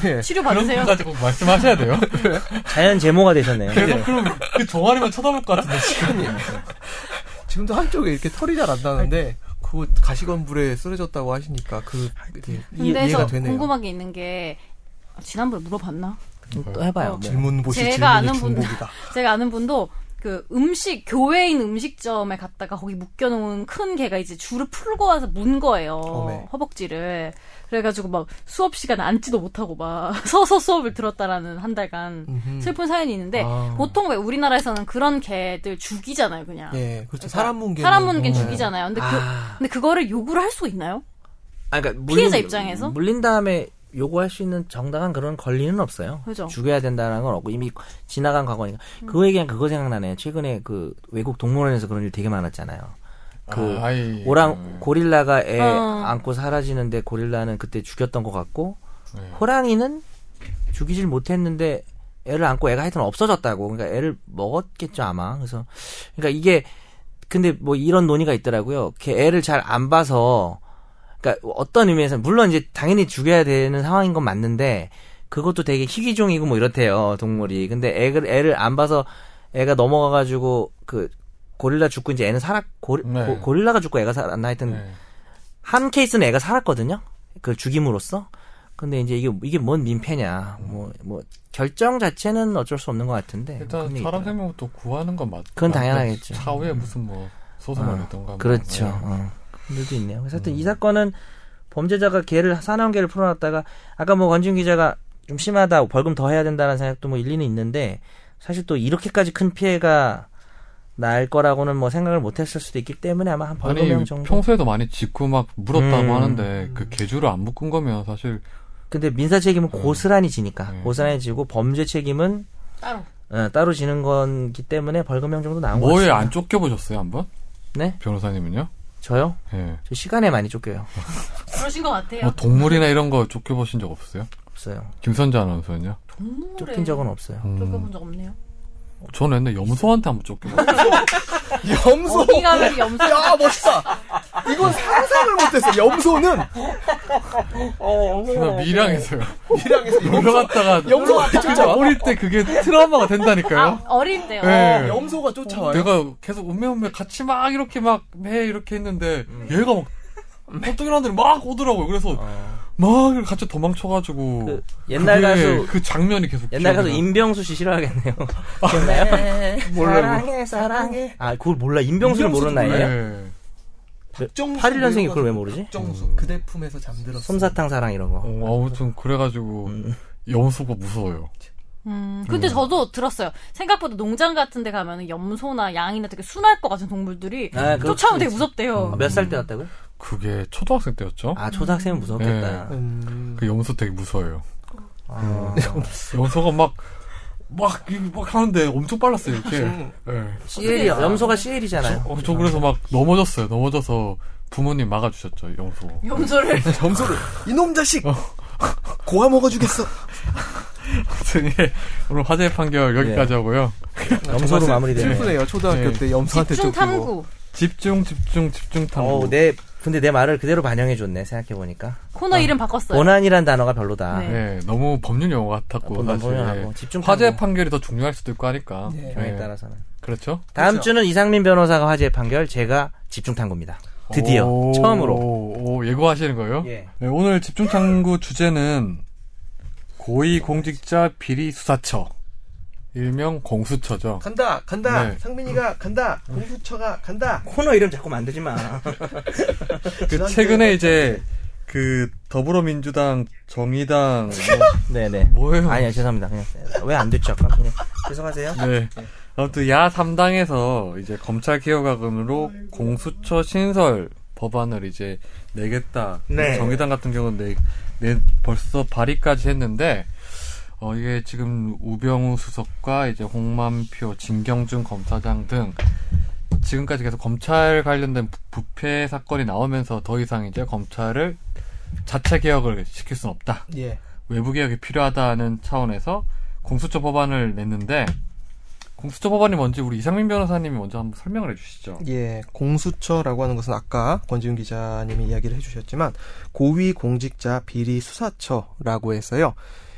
Speaker 3: 예.
Speaker 4: 치료
Speaker 1: 그런
Speaker 4: 받으세요.
Speaker 1: 분까지 꼭 말씀하셔야 돼요.
Speaker 2: 자연 제모가 되셨네요.
Speaker 3: 예.
Speaker 1: 계속 그러면 그 종아리만 쳐다볼 것 같은데 지금.
Speaker 3: 지금도 한쪽에 이렇게 털이 잘 안 나는데 그 가시건물에 쓰러졌다고 하시니까 그 이게
Speaker 4: 근데 저
Speaker 3: 이해가 되네요.
Speaker 4: 궁금한 게 있는 게 아, 지난번에 물어봤나?
Speaker 2: 또 해봐요.
Speaker 4: 어,
Speaker 2: 뭐.
Speaker 3: 질문 보시
Speaker 4: 제가
Speaker 3: 질문이
Speaker 4: 아는 분-
Speaker 3: 중복이다.
Speaker 4: 제가 아는 분도 그 음식 교회인 음식점에 갔다가 거기 묶여놓은 큰 개가 이제 줄을 풀고 와서 문 거예요
Speaker 3: 어메.
Speaker 4: 허벅지를 그래가지고 막 수업 시간에 앉지도 못하고 막 서서 수업을 들었다라는 한 달간
Speaker 3: 음흠.
Speaker 4: 슬픈 사연이 있는데
Speaker 3: 아.
Speaker 4: 보통 왜 우리나라에서는 그런 개들 죽이잖아요 그냥
Speaker 3: 예, 뭐. 그렇죠. 사람 문개
Speaker 4: 사람 문개 죽이잖아요 근데
Speaker 2: 아.
Speaker 4: 그 근데 그거를 요구를 할 수가 있나요?
Speaker 2: 아, 그러니까
Speaker 4: 피해자 입장에서?
Speaker 2: 물린 다음에 요구할 수 있는 정당한 그런 권리는 없어요.
Speaker 4: 그죠.
Speaker 2: 죽여야 된다는 건 없고 이미 지나간 과거니까. 그 얘기는 그거 생각나네요. 최근에 그 외국 동물원에서 그런 일 되게 많았잖아요. 그
Speaker 1: 아이.
Speaker 2: 오랑 고릴라가 애
Speaker 4: 어.
Speaker 2: 안고 사라지는데 고릴라는 그때 죽였던 것 같고
Speaker 1: 네.
Speaker 2: 호랑이는 죽이질 못했는데 애를 안고 애가 하여튼 없어졌다고 그러니까 애를 먹었겠죠 아마 그래서 그러니까 이게 근데 뭐 이런 논의가 있더라고요 걔 애를 잘 안 봐서 그러니까 어떤 의미에서 물론 이제 당연히 죽여야 되는 상황인 건 맞는데 그것도 되게 희귀종이고 뭐 이렇대요 동물이 근데 애를 애를 안 봐서 애가 넘어가가지고 그 고릴라 죽고 이제 애는 살았 고,
Speaker 1: 네.
Speaker 2: 고- 고릴라가 죽고 애가 살았나 하여튼
Speaker 1: 네.
Speaker 2: 한 케이스는 애가 살았거든요. 그 죽임으로써. 근데 이제 이게 이게 뭔 민폐냐. 뭐 뭐 결정 자체는 어쩔 수 없는 것 같은데.
Speaker 1: 일단
Speaker 2: 그런 얘기
Speaker 1: 사람
Speaker 2: 네, 있더라고요.
Speaker 1: 생명부터 구하는 건 맞.
Speaker 2: 그건
Speaker 1: 맞-
Speaker 2: 당연하겠죠. 음.
Speaker 1: 차후에 무슨 뭐 소송을 했던가. 뭐.
Speaker 2: 그렇죠.
Speaker 1: 네. 음.
Speaker 2: 어. 그런 일도 있네요. 그래서 하여튼 이 사건은 범죄자가 개를 사나운 개를 풀어놨다가 아까 뭐 권지훈 기자가 좀 심하다 벌금 더 해야 된다는 생각도 뭐 일리는 있는데 사실 또 이렇게까지 큰 피해가 날 거라고는 뭐 생각을 못했을 수도 있기 때문에 아마 한
Speaker 1: 아니
Speaker 2: 벌금형 정도.
Speaker 1: 평소에도 많이 짖고 막 물었다고
Speaker 2: 음.
Speaker 1: 하는데 그 개주를 안 묶은 거면 사실
Speaker 2: 근데 민사 책임은 고스란히 지니까
Speaker 1: 음.
Speaker 2: 고스란히 지고 범죄 책임은
Speaker 4: 따로
Speaker 2: 어, 따로 지는 건기 때문에 벌금형 정도 나온 것
Speaker 1: 뭐에
Speaker 2: 같습니다.
Speaker 1: 안 쫓겨보셨어요 한번?
Speaker 2: 네?
Speaker 1: 변호사님은요?
Speaker 2: 저요?
Speaker 1: 예.
Speaker 2: 저 시간에 많이 쫓겨요.
Speaker 4: 그러신 것 같아요
Speaker 1: 뭐 동물이나 이런 거 쫓겨보신 적 없으세요?
Speaker 2: 없어요.
Speaker 1: 김선재 아나운서는요?
Speaker 4: 동물에
Speaker 2: 쫓긴 적은 없어요.
Speaker 1: 음.
Speaker 4: 쫓겨본 적 없네요
Speaker 1: 저는 옛날 염소한테 한번 쫓겨봤어요.
Speaker 3: 염소.
Speaker 4: 어디 가면 염소
Speaker 3: 야 멋있다. 이건 상상을 못했어. 염소는
Speaker 1: 저는 미량에서요.
Speaker 3: 이랑에서
Speaker 1: 놀러 갔다가
Speaker 3: 염소가 쫓아와?
Speaker 1: 어릴 때 그게 트라우마가 된다니까요.
Speaker 4: 아 어릴 때요
Speaker 1: 예.
Speaker 3: 염소가 쫓아와요.
Speaker 1: 내가 계속 음메음메 같이 막 이렇게 막 해 이렇게 했는데
Speaker 2: 음.
Speaker 1: 얘가 막 엉뚱이라는데 막 오더라고요. 그래서 막 이렇게 같이 도망쳐가지고
Speaker 2: 어. 그 옛날
Speaker 1: 그게
Speaker 2: 가수-
Speaker 1: 그 장면이 계속
Speaker 2: 옛날 가서
Speaker 1: 기억이 나요.
Speaker 2: 임병수 씨 싫어하겠네요. 기억나요? 네. 사랑해, 사랑해. 아, 그걸 몰라. 임병수를 모르는 나이에요?
Speaker 1: 네.
Speaker 3: 박정수
Speaker 2: 81년생이 그걸 왜
Speaker 3: 외워가지고
Speaker 2: 모르지?
Speaker 3: 박정수 그대 품에서 잠들었어.
Speaker 2: 솜사탕 사랑 이런 거.
Speaker 1: 어, 아무튼 그래가지고
Speaker 2: 음.
Speaker 1: 염소가 무서워요.
Speaker 4: 음, 근데 저도 들었어요. 생각보다 농장 같은 데 가면 염소나 양이나 되게 순할 것 같은 동물들이
Speaker 2: 아, 음. 그럴 수도
Speaker 4: 쫓아오면 되게
Speaker 2: 있어.
Speaker 4: 무섭대요.
Speaker 2: 몇 살 때 왔다고요?
Speaker 1: 그게 초등학생 때였죠.
Speaker 2: 아, 초등학생은 무섭겠다.
Speaker 3: 음.
Speaker 1: 그 염소 되게 무서워요.
Speaker 2: 아,
Speaker 1: 염소가 막 막, 이- 막 하는데 엄청 빨랐어요,
Speaker 2: 음.
Speaker 1: 이렇게. 예.
Speaker 2: CL이, 염소가 CL이잖아요.
Speaker 1: 어, 저 그래서 막 넘어졌어요. 넘어져서 부모님 막아주셨죠, 용서.
Speaker 4: 염소를
Speaker 3: 점수를 이놈 자식 어. 고아 먹어주겠어.
Speaker 1: 아무튼 예, 오늘 화재 판결 여기까지
Speaker 2: 예.
Speaker 1: 하고요.
Speaker 2: 염소로 마무리되네요.
Speaker 3: 슬프네요. 초등학교
Speaker 1: 네.
Speaker 3: 때 염소한테
Speaker 4: 집중
Speaker 3: 쫓기고.
Speaker 4: 탐구
Speaker 1: 집중, 집중, 집중 탐구.
Speaker 2: 어, 내 근데 내 말을 그대로 반영해 줬네 생각해 보니까.
Speaker 4: 코너 이름 바꿨어요.
Speaker 2: 원한이란 단어가 별로다.
Speaker 4: 네.
Speaker 1: 예, 너무 법률 용어 같았고
Speaker 2: 아, 법률
Speaker 1: 사실
Speaker 2: 용어하고
Speaker 1: 예.
Speaker 2: 집중
Speaker 1: 화재
Speaker 2: 탐구.
Speaker 1: 판결이 더 중요할 수도 있고 하니까.
Speaker 3: 예,
Speaker 2: 경에
Speaker 1: 예,
Speaker 2: 따라서는.
Speaker 1: 그렇죠.
Speaker 2: 다음
Speaker 3: 그렇죠.
Speaker 2: 주는 이상민 변호사가 화재 판결, 제가 집중 탐구입니다. 드디어
Speaker 1: 오,
Speaker 2: 처음으로.
Speaker 1: 오, 예고하시는 거예요?
Speaker 2: 예.
Speaker 1: 네, 오늘 집중 탐구 주제는 고위공직자 비리 수사처, 일명 공수처죠.
Speaker 3: 간다, 간다.
Speaker 1: 네.
Speaker 3: 상민이가 간다. 공수처가 간다.
Speaker 2: 코너 이름 자꾸 만들지 마.
Speaker 1: 그 최근에 이제 그 더불어민주당, 정의당
Speaker 2: 네네.
Speaker 1: 뭐, 예요
Speaker 2: 아니요 죄송합니다. 그냥 왜 안 됐죠 아까? 그냥 죄송하세요.
Speaker 1: 네. 아무튼 야 3당에서 이제 검찰 개혁안으로 공수처 신설 법안을 이제 내겠다.
Speaker 2: 네.
Speaker 1: 정의당 같은 경우는 내, 내 벌써 발의까지 했는데 어 이게 지금 우병우 수석과 이제 홍만표, 진경준 검사장 등 지금까지 계속 검찰 관련된 부- 부패 사건이 나오면서 더 이상 이제 검찰을 자체 개혁을 시킬 수는 없다.
Speaker 3: 예.
Speaker 1: 외부 개혁이 필요하다는 차원에서 공수처 법안을 냈는데 공수처 법안이 뭔지 우리 이상민 변호사님이 먼저 한번 설명을 해주시죠.
Speaker 3: 예, 공수처라고 하는 것은 아까 권지훈 기자님이 이야기를 해주셨지만 고위공직자 비리 수사처라고 해서요.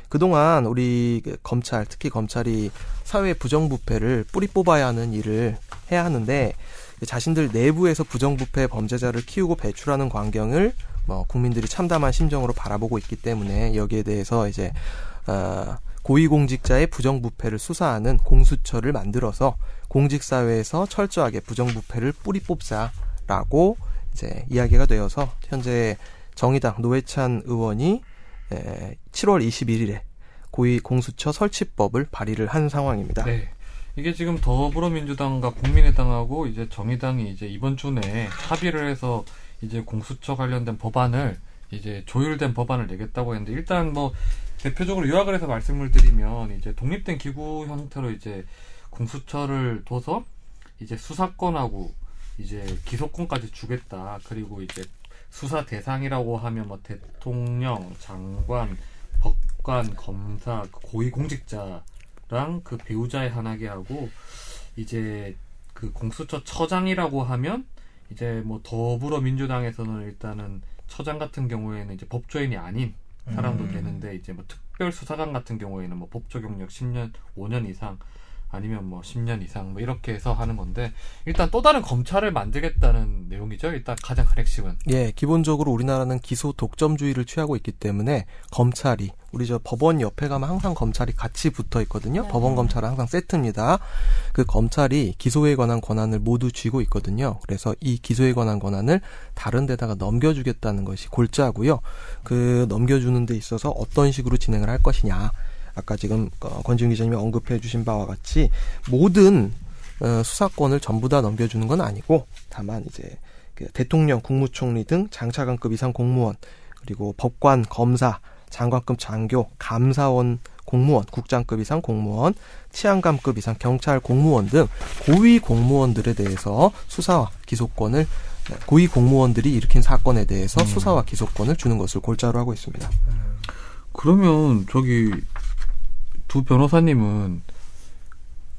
Speaker 3: 그동안 우리 그 검찰, 특히 검찰이 사회 부정부패를 뿌리 뽑아야 하는 일을 해야 하는데 그 자신들 내부에서 부정부패 범죄자를 키우고 배출하는 광경을 뭐 국민들이 참담한 심정으로 바라보고 있기 때문에 여기에 대해서 이제 어, 고위공직자의 부정부패를 수사하는 공수처를 만들어서 공직사회에서 철저하게 부정부패를 뿌리 뽑자라고 이제 이야기가 되어서 현재 정의당 노회찬 의원이 에, 7월 21일에 고위공수처 설치법을 발의를 한 상황입니다.
Speaker 1: 네. 이게 지금 더불어민주당과 국민의당하고 이제 정의당이 이제 이번 주 내에 합의를 해서 이제 공수처 관련된 법안을 이제 조율된 법안을 내겠다고 했는데 일단 뭐 대표적으로 요약을 해서 말씀을 드리면 이제 독립된 기구 형태로 이제 공수처를 둬서 이제 수사권하고 이제 기소권까지 주겠다. 그리고 이제 수사 대상이라고 하면 뭐 대통령, 장관, 법관, 검사, 그 고위공직자랑 그 배우자의 한하게 하고 이제 그 공수처 처장이라고 하면 이제 뭐 더불어민주당에서는 일단은 처장 같은 경우에는 이제 법조인이 아닌 사람도
Speaker 2: 음.
Speaker 1: 되는데 이제 뭐 특별 수사관 같은 경우에는 뭐 법조 경력 10년, 5년 이상 아니면 뭐 10년 이상 뭐 이렇게 해서 하는 건데 일단 또 다른 검찰을 만들겠다는 내용이죠. 일단 가장 큰 핵심은
Speaker 3: 예, 기본적으로 우리나라는 기소 독점주의를 취하고 있기 때문에 검찰이 우리 저 법원 옆에 가면 항상 검찰이 같이 붙어 있거든요.
Speaker 4: 네.
Speaker 3: 법원 검찰은 항상 세트입니다. 그 검찰이 기소에 관한 권한을 모두 쥐고 있거든요. 그래서 이 기소에 관한 권한을 다른 데다가 넘겨주겠다는 것이 골자고요. 그 넘겨주는 데 있어서 어떤 식으로 진행을 할 것이냐. 아까 지금 어, 권지훈 기자님이 언급해 주신 바와 같이 모든 어, 수사권을 전부 다 넘겨주는 건 아니고 다만 이제 그 대통령, 국무총리 등 장차관급 이상 공무원 그리고 법관, 검사, 장관급 장교, 감사원 공무원, 국장급 이상 공무원, 치안감급 이상 경찰 공무원 등 고위 공무원들에 대해서 수사와 기소권을 네, 고위 공무원들이 일으킨 사건에 대해서 수사와 기소권을 주는 것을 골자로 하고 있습니다.
Speaker 1: 그러면 저기 두 변호사님은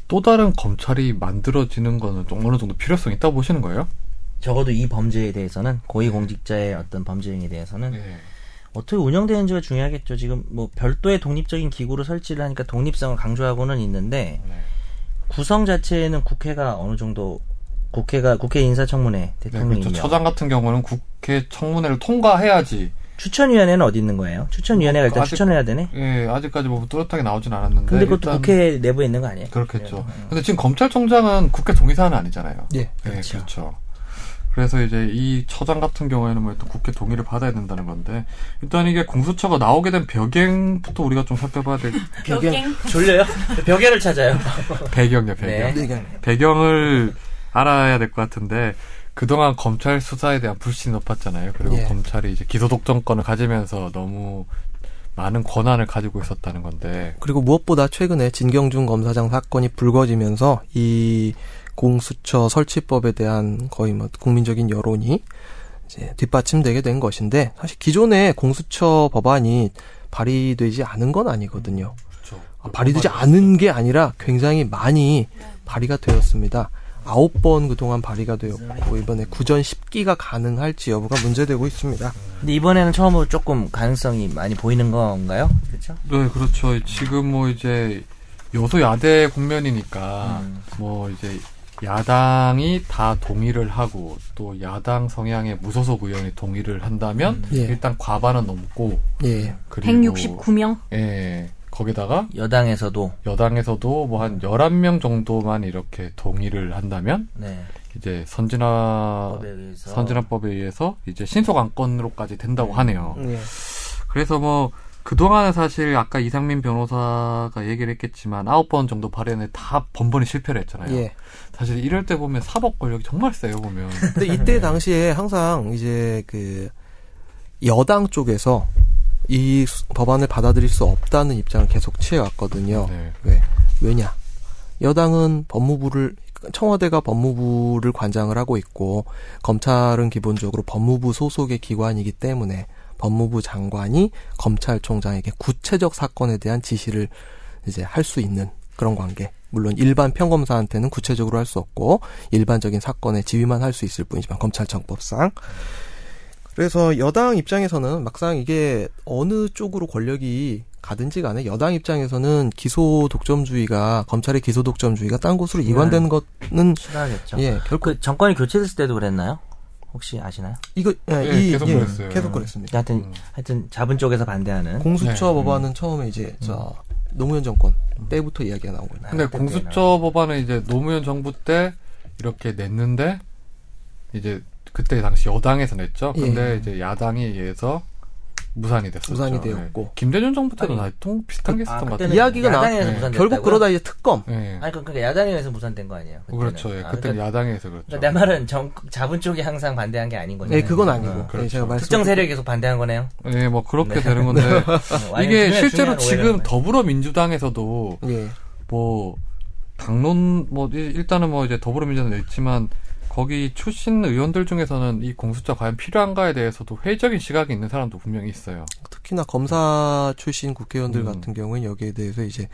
Speaker 1: 또 다른 검찰이 만들어지는 거는 좀 어느 정도 필요성이 있다 보시는 거예요?
Speaker 2: 적어도 이 범죄에 대해서는 고위공직자의 어떤 범죄행위에 대해서는
Speaker 1: 네.
Speaker 2: 어떻게 운영되는지가 중요하겠죠. 지금 뭐 별도의 독립적인 기구로 설치를 하니까 독립성을 강조하고는 있는데
Speaker 1: 네,
Speaker 2: 구성 자체에는 국회가 어느 정도 국회가 국회 인사청문회 대통령이며
Speaker 1: 그렇죠. 처장 같은 경우는 국회 청문회를 통과해야지.
Speaker 2: 추천위원회는 어디 있는 거예요? 추천위원회가 일단
Speaker 1: 아직-
Speaker 2: 추천해야 되네.
Speaker 1: 예, 아직까지 뭐 뚜렷하게 나오진 않았는데.
Speaker 2: 근데 그것도
Speaker 1: 일단
Speaker 2: 국회 네, 내부에 있는 거 아니에요?
Speaker 1: 그렇겠죠. 근데 지금 검찰총장은 국회 동의사는 아니잖아요.
Speaker 2: 네,
Speaker 3: 예.
Speaker 1: 그렇죠. 그렇죠. 그래서 이제 이 처장 같은 경우에는 뭐 일단 국회 동의를 받아야 된다는 건데 일단 이게 공수처가 나오게 된 배경부터 우리가 좀 살펴봐야 될
Speaker 4: 벽갱
Speaker 2: 졸려요? 벽에를 찾아요.
Speaker 1: 배경이요 배경
Speaker 2: 네.
Speaker 1: 배경을 알아야 될 것 같은데 그동안 검찰 수사에 대한 불신이 높았잖아요 그리고
Speaker 3: 예.
Speaker 1: 검찰이 이제 기소독점권을 가지면서 너무 많은 권한을 가지고 있었다는 건데
Speaker 3: 그리고 무엇보다 최근에 진경준 검사장 사건이 불거지면서 이 공수처 설치법에 대한 거의 뭐 국민적인 여론이 이제 뒷받침되게 된 것인데 사실 기존의 공수처 법안이 발의되지 않은 건 아니거든요. 아, 발의되지 않은 게 아니라 굉장히 많이 발의가 되었습니다. 아홉 번 그동안 발의가 되었고 이번에 구전 10기가 가능할지 여부가 문제되고 있습니다.
Speaker 2: 근데 이번에는 처음으로 조금 가능성이 많이 보이는 건가요? 그렇죠?
Speaker 1: 네, 그렇죠. 지금 뭐 이제 여소야대 국면이니까
Speaker 2: 음,
Speaker 1: 뭐 이제 야당이 다 동의를 하고 또 야당 성향의 무소속 의원이 동의를 한다면
Speaker 3: 예.
Speaker 1: 일단 과반은 넘고
Speaker 3: 예.
Speaker 1: 그리고
Speaker 4: 169명.
Speaker 1: 예. 거기다가
Speaker 2: 여당에서도
Speaker 1: 여당에서도 뭐 한 11명 정도만 이렇게 동의를 한다면
Speaker 2: 네.
Speaker 1: 이제 선진화
Speaker 2: 법에 의해서
Speaker 1: 아, 선진화법에 의해서 이제 신속 안건으로까지 된다고 하네요.
Speaker 2: 음.
Speaker 3: 예.
Speaker 1: 그래서 뭐 그동안은 사실 아까 이상민 변호사가 얘기를 했겠지만 아홉 번 정도 발언에 다 번번이 실패를 했잖아요.
Speaker 3: 예.
Speaker 1: 사실 이럴 때 보면 사법 권력이 정말 세요 보면.
Speaker 3: 근데 이때 당시에 항상 이제 그 여당 쪽에서 이 수- 법안을 받아들일 수 없다는 입장을 계속 취해왔거든요.
Speaker 1: 네.
Speaker 3: 왜? 왜냐? 여당은 법무부를 청와대가 법무부를 관장을 하고 있고 검찰은 기본적으로 법무부 소속의 기관이기 때문에 법무부 장관이 검찰총장에게 구체적 사건에 대한 지시를 이제 할 수 있는 그런 관계. 물론 일반 평검사한테는 구체적으로 할 수 없고 일반적인 사건의 지휘만 할 수 있을 뿐이지만 검찰청법상 그래서 여당 입장에서는 막상 이게 어느 쪽으로 권력이 가든지 간에 여당 입장에서는 기소 독점주의가 검찰의 기소 독점주의가 딴 곳으로
Speaker 2: 네.
Speaker 3: 이관되는 것은
Speaker 2: 싫어하겠죠.
Speaker 3: 예 결코
Speaker 2: 그 정권이 교체됐을 때도 그랬나요? 혹시 아시나요?
Speaker 3: 이거 예,
Speaker 1: 예,
Speaker 3: 이-
Speaker 1: 계속
Speaker 3: 예,
Speaker 1: 그랬어요.
Speaker 3: 계속 그랬습니다.
Speaker 2: 하여튼 하여튼 잡은 쪽에서 반대하는
Speaker 3: 공수처
Speaker 1: 네,
Speaker 3: 법안은 처음에 이제 저 노무현 정권
Speaker 1: 음.
Speaker 3: 때부터 이야기가 나오고 있는
Speaker 1: 근데
Speaker 2: 그때는-
Speaker 1: 공수처 법안은 이제 노무현 정부 때 이렇게 냈는데 이제 그때 당시 여당에서 냈죠.
Speaker 2: 예.
Speaker 1: 근데 이제 야당에 의해서 무산이 됐었죠.
Speaker 3: 무산이
Speaker 1: 네.
Speaker 3: 되었고.
Speaker 1: 김대중 정부 때도
Speaker 2: 아니,
Speaker 1: 나통 비슷한 게
Speaker 2: 아,
Speaker 1: 있었던 것
Speaker 2: 그때는
Speaker 1: 같아요.
Speaker 3: 이야기가 나-
Speaker 2: 야당에서
Speaker 1: 네.
Speaker 2: 무산됐다고요?
Speaker 3: 결국 그러다 이제 특검
Speaker 1: 예.
Speaker 2: 아니 그- 그러니까 야당에서 무산된 거 아니에요? 그때는.
Speaker 1: 그렇죠. 예.
Speaker 2: 아,
Speaker 1: 그때는
Speaker 2: 그러니까
Speaker 1: 야당에서 그렇죠.
Speaker 2: 그러니까 내 말은 정 잡은 쪽이 항상 반대한 게 아닌 거죠.
Speaker 3: 예 그건 아니고
Speaker 2: 어.
Speaker 1: 그렇죠.
Speaker 3: 예, 제가 말씀
Speaker 2: 특정 세력이 계속 반대한 거네요.
Speaker 1: 예, 뭐 그렇게
Speaker 2: 네.
Speaker 1: 되는 건데
Speaker 2: 어, 아니면
Speaker 1: 이게
Speaker 2: 중요한-
Speaker 1: 실제로
Speaker 2: 중요한
Speaker 1: 지금
Speaker 2: 오해라는 거예요.
Speaker 1: 더불어민주당에서도
Speaker 3: 예
Speaker 1: 뭐 당론 뭐 일- 일단은 뭐 이제 더불어민주당도 있지만 거기 출신 의원들 중에서는 이 공수처 과연 필요한가에 대해서도 회의적인 시각이 있는 사람도 분명히 있어요.
Speaker 3: 특히나 검사 출신 국회의원들
Speaker 1: 음.
Speaker 3: 같은 경우는 여기에 대해서 이제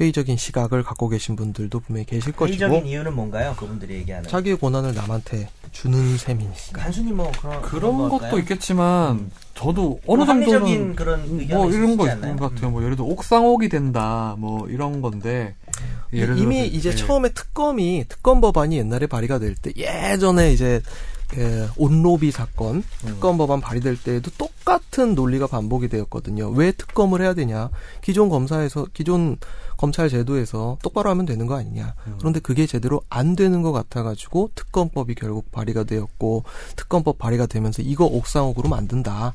Speaker 3: 회의적인 시각을 갖고 계신 분들도 분명히 계실
Speaker 2: 회의적인
Speaker 3: 것이고
Speaker 2: 이유는 뭔가요? 그분들이 얘기하는
Speaker 3: 네. 자기의 권한을 남한테 주는 셈이니까
Speaker 2: 단순히 뭐 그런
Speaker 1: 그런 것도
Speaker 2: 걸까요?
Speaker 1: 있겠지만 저도 어느
Speaker 2: 합리적인
Speaker 1: 정도는
Speaker 2: 그런 의견이
Speaker 1: 뭐 이런 거
Speaker 2: 있지
Speaker 1: 있는
Speaker 2: 않나요? 음.
Speaker 1: 것 같아요. 뭐 예를 들어 옥상옥이 된다 뭐 이런 건데
Speaker 2: 음.
Speaker 1: 예를
Speaker 3: 이미
Speaker 1: 들어서
Speaker 3: 이제
Speaker 1: 예.
Speaker 3: 처음에 특검이 특검 법안이 옛날에 발의가 될 때 예전에 이제 그 온로비 사건
Speaker 1: 음.
Speaker 3: 특검 법안 발의될 때에도 똑같은 논리가 반복이 되었거든요. 왜 특검을 해야 되냐? 기존 검사에서 기존 검찰 제도에서 똑바로 하면 되는 거 아니냐?
Speaker 1: 음.
Speaker 3: 그런데 그게 제대로 안 되는 것 같아가지고 특검법이 결국 발의가 되었고 특검법 발의가 되면서 이거 옥상옥으로 만든다.